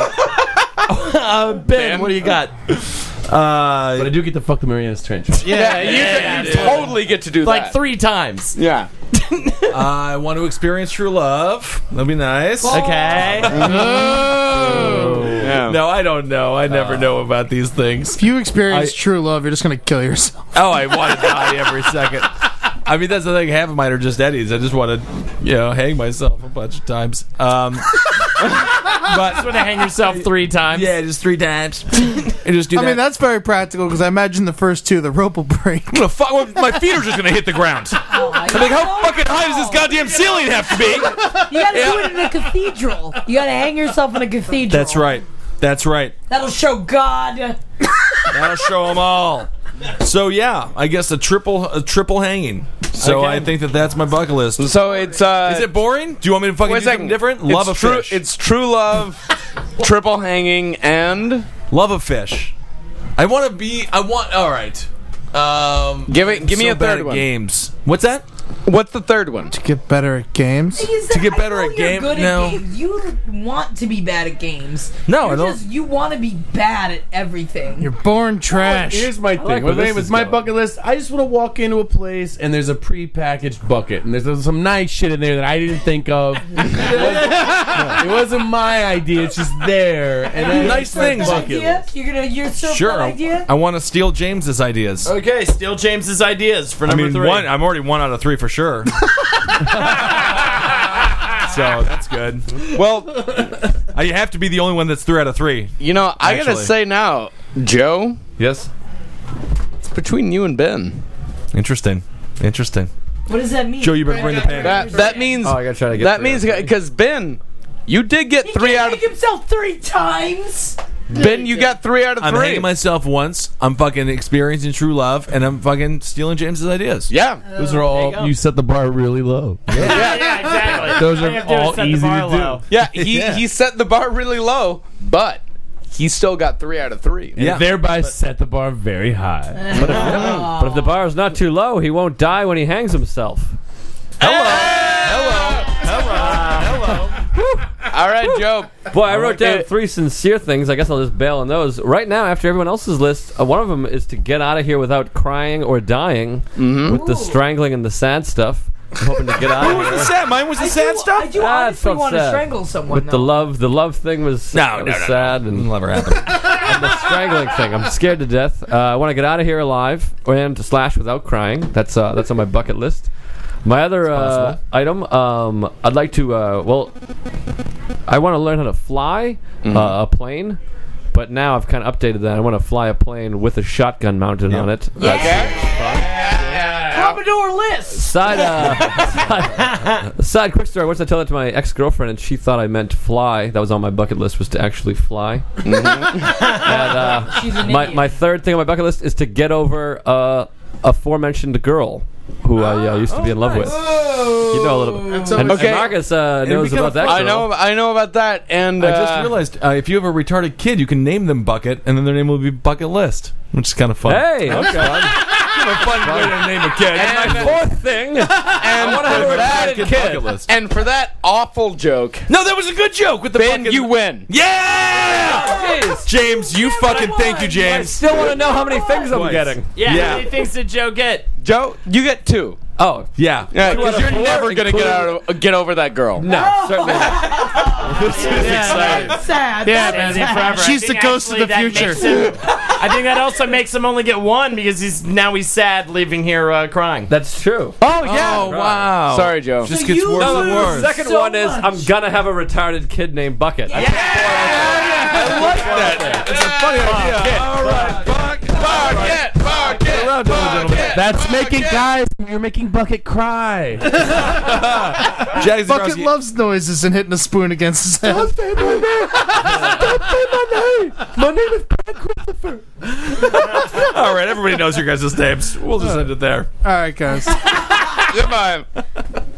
Speaker 16: uh, ben, what do you got?
Speaker 7: Uh,
Speaker 11: But I do get to fuck the Marianas Trench. Yeah.
Speaker 6: yeah, you, you totally get to do
Speaker 16: Like
Speaker 6: that.
Speaker 16: three times.
Speaker 6: Yeah.
Speaker 7: I want to experience true love. That'd be nice.
Speaker 16: Okay.
Speaker 6: yeah.
Speaker 7: No, Ah. I don't know. I never know about these things.
Speaker 17: If you experience true love, you're just gonna kill yourself.
Speaker 7: Oh, I want to die every second. I mean, that's the thing. Half of mine are just eddies. I just want to, you know, hang myself a bunch of times. Um, but
Speaker 16: to hang yourself three times.
Speaker 7: yeah, just three times. and just do
Speaker 17: I
Speaker 7: that.
Speaker 17: mean, that's very practical because I imagine the first two, the rope will break.
Speaker 7: I'm gonna fuck. My feet are just gonna hit the ground.
Speaker 9: Oh my
Speaker 7: I'm like, how
Speaker 9: God.
Speaker 7: fucking high does this goddamn ceiling have to be?
Speaker 9: You gotta do it in a cathedral. You gotta hang yourself in a cathedral.
Speaker 7: That's right. That's right.
Speaker 9: That'll show God.
Speaker 7: That'll show them all. So yeah, I guess a triple a triple hanging. So
Speaker 16: Okay.
Speaker 7: I think that that's my bucket list. Is
Speaker 6: So it's uh,
Speaker 7: it boring? Do you want me to fucking
Speaker 6: Wait a
Speaker 7: do something
Speaker 6: second.
Speaker 7: different?
Speaker 6: It's
Speaker 7: Love of
Speaker 6: true,
Speaker 7: fish.
Speaker 6: It's true love, triple hanging, and
Speaker 7: Love of fish. I want to be. I want. All right. Um,
Speaker 6: Give it- give me
Speaker 7: so
Speaker 6: a
Speaker 7: bad
Speaker 6: third
Speaker 7: at
Speaker 6: one.
Speaker 7: Games. What's that?
Speaker 6: what's the third one?
Speaker 17: Get better at games.
Speaker 9: To
Speaker 7: get better at game-
Speaker 9: Good
Speaker 7: no.
Speaker 9: at games. You want to be bad at games.
Speaker 7: No,
Speaker 9: You're
Speaker 7: I don't-
Speaker 9: Just, you want to be bad at everything.
Speaker 17: You're born trash.
Speaker 11: Here's my thing.
Speaker 8: where
Speaker 11: Well, the
Speaker 8: this
Speaker 11: name
Speaker 8: is
Speaker 11: is my
Speaker 8: going.
Speaker 11: bucket list. I just want to walk into a place and there's a prepackaged bucket and there's some nice shit in there that I didn't think of. it, wasn't, no, it wasn't my idea. It's just there. And then
Speaker 7: Nice things.
Speaker 9: idea? You're gonna usurp
Speaker 7: Sure.
Speaker 9: that idea?
Speaker 7: I want to steal James's ideas.
Speaker 16: Okay, steal James's ideas for
Speaker 7: I
Speaker 16: number
Speaker 7: mean,
Speaker 16: three.
Speaker 7: one. I'm already one out of three for sure. so that's good.
Speaker 6: Well,
Speaker 7: I have to be the only one that's three out of three.
Speaker 6: you know, I gotta
Speaker 7: Actually.
Speaker 6: say now, Joe,
Speaker 7: Yes.
Speaker 6: it's between you and Ben.
Speaker 7: Interesting. Interesting.
Speaker 9: What does that mean?
Speaker 7: Joe, you better bring the pan.
Speaker 6: That that means
Speaker 8: Oh, I gotta try to get
Speaker 6: that
Speaker 8: through
Speaker 6: means
Speaker 8: that.
Speaker 6: because Ben, you did get
Speaker 9: He
Speaker 6: three
Speaker 9: can't
Speaker 6: out of
Speaker 9: make himself three times.
Speaker 6: Ben. You got three out of
Speaker 7: I'm
Speaker 6: three.
Speaker 7: hanging myself once. I'm fucking experiencing true love, and I'm fucking stealing James's ideas.
Speaker 6: yeah,
Speaker 11: Those are all.
Speaker 16: go.
Speaker 11: You, set the bar really low.
Speaker 16: yeah, exactly.
Speaker 11: Those
Speaker 16: I
Speaker 11: are
Speaker 16: have to
Speaker 11: all
Speaker 16: set the
Speaker 11: easy
Speaker 16: bar
Speaker 11: to do.
Speaker 16: low.
Speaker 6: yeah. He
Speaker 7: Yeah.
Speaker 6: he set the bar really low, but he still got three out of three.
Speaker 7: Yeah.
Speaker 11: Thereby set the bar very high.
Speaker 8: But if, but if the bar is not too low, he won't die when he hangs himself.
Speaker 6: All right, Joe.
Speaker 8: Boy,
Speaker 11: Oh,
Speaker 8: I wrote down
Speaker 6: it.
Speaker 8: three sincere things. I guess I'll just bail on those. Right now, after everyone else's list, uh, one of them is to get out of here without crying or dying
Speaker 11: Mm-hmm.
Speaker 8: with the strangling and the sad stuff. I'm hoping to get out of here.
Speaker 7: Sad. Mine was the
Speaker 9: I
Speaker 7: sad
Speaker 9: do,
Speaker 7: stuff.
Speaker 9: I do
Speaker 8: Ah, it
Speaker 9: honestly
Speaker 8: felt
Speaker 9: want to
Speaker 8: sad.
Speaker 9: strangle someone.
Speaker 8: With the
Speaker 9: though.
Speaker 8: love, the love thing was,
Speaker 7: No,
Speaker 8: it
Speaker 7: no,
Speaker 8: was
Speaker 7: no, no.
Speaker 8: sad
Speaker 11: Mm,
Speaker 8: and
Speaker 7: It'll never happen.
Speaker 8: the strangling thing. I'm scared to death. Uh, I want to get out of here alive and slash without crying. That's uh, that's on my bucket list. My other uh, item, um, I'd like to. Uh, well, I want to learn how to fly uh, a plane, but now I've Uh, kind of updated that. I want to fly a plane with a shotgun mounted on it.
Speaker 9: Yeah.
Speaker 6: Yeah.
Speaker 9: troubadour list.
Speaker 8: Side, uh, side, side quick story. Once I told that to my ex girlfriend, and she thought I meant to fly. That was on my bucket list was to actually fly. and, uh,
Speaker 9: She's an
Speaker 8: my,
Speaker 9: idiot.
Speaker 8: my third thing on my bucket list is to get over uh, aforementioned girl who I uh, used to be in love with. You know a little bit.
Speaker 10: So
Speaker 8: And,
Speaker 10: it's-
Speaker 6: Okay.
Speaker 8: and Marcus uh,
Speaker 7: It'd be
Speaker 8: knows
Speaker 7: kinda
Speaker 8: about that girl.
Speaker 7: fun.
Speaker 6: I know, I know about that, and
Speaker 7: I just
Speaker 6: uh,
Speaker 7: realized uh, if you have a retarded kid, you can name them Bucket, and then their name will be Bucket List, which is kind of fun.
Speaker 8: Hey, okay.
Speaker 7: name a kid.
Speaker 8: my fourth thing.
Speaker 6: and
Speaker 8: wanna have a
Speaker 6: for that,
Speaker 8: Vatican
Speaker 6: kid,
Speaker 7: list.
Speaker 6: and for that awful joke,
Speaker 7: No, that was a good joke with the
Speaker 6: Ben,
Speaker 7: bucket.
Speaker 6: you win.
Speaker 7: yeah, James, you fucking thank you,
Speaker 8: Ah, I
Speaker 7: James.
Speaker 8: still want to know how many things I'm
Speaker 7: Twice.
Speaker 8: getting.
Speaker 12: Yeah,
Speaker 7: Yeah.
Speaker 12: how many things did Joe get?
Speaker 6: Joe, you get two.
Speaker 8: Oh,
Speaker 7: Yeah,
Speaker 6: Yeah,
Speaker 8: out
Speaker 6: because
Speaker 8: of
Speaker 6: you're
Speaker 8: four,
Speaker 6: never gonna get out of, get over that girl.
Speaker 8: no, certainly not.
Speaker 9: That's sad.
Speaker 12: Yeah,
Speaker 9: That's
Speaker 12: man,
Speaker 9: sad.
Speaker 12: forever. I
Speaker 10: She's the
Speaker 12: think
Speaker 10: ghost of
Speaker 12: actually
Speaker 10: the
Speaker 12: that
Speaker 10: future.
Speaker 12: makes him- I think that also makes him only get one because he's now he's sad leaving here uh, crying.
Speaker 8: That's true.
Speaker 6: Oh yeah.
Speaker 7: wow.
Speaker 6: Sorry, Joe.
Speaker 7: just
Speaker 9: So
Speaker 7: gets
Speaker 9: you
Speaker 7: worse
Speaker 9: lose
Speaker 7: and
Speaker 8: The
Speaker 7: worse.
Speaker 8: second
Speaker 9: So
Speaker 8: one is
Speaker 9: much.
Speaker 8: I'm gonna have a retarded kid named Bucket. I can't
Speaker 7: It's a funny idea. All right, Bucket, Bucket, Bucket, Bucket.
Speaker 1: That's making guys. You're making Bucket cry.
Speaker 7: Jack
Speaker 10: Bucket
Speaker 7: Zabrowski-
Speaker 10: loves noises and hitting a spoon against his head.
Speaker 1: say my name. Don't say my name. My name is Brad Christopher.
Speaker 7: All right, everybody knows your guys' names. We'll just end it there.
Speaker 10: All right, guys.
Speaker 6: Goodbye.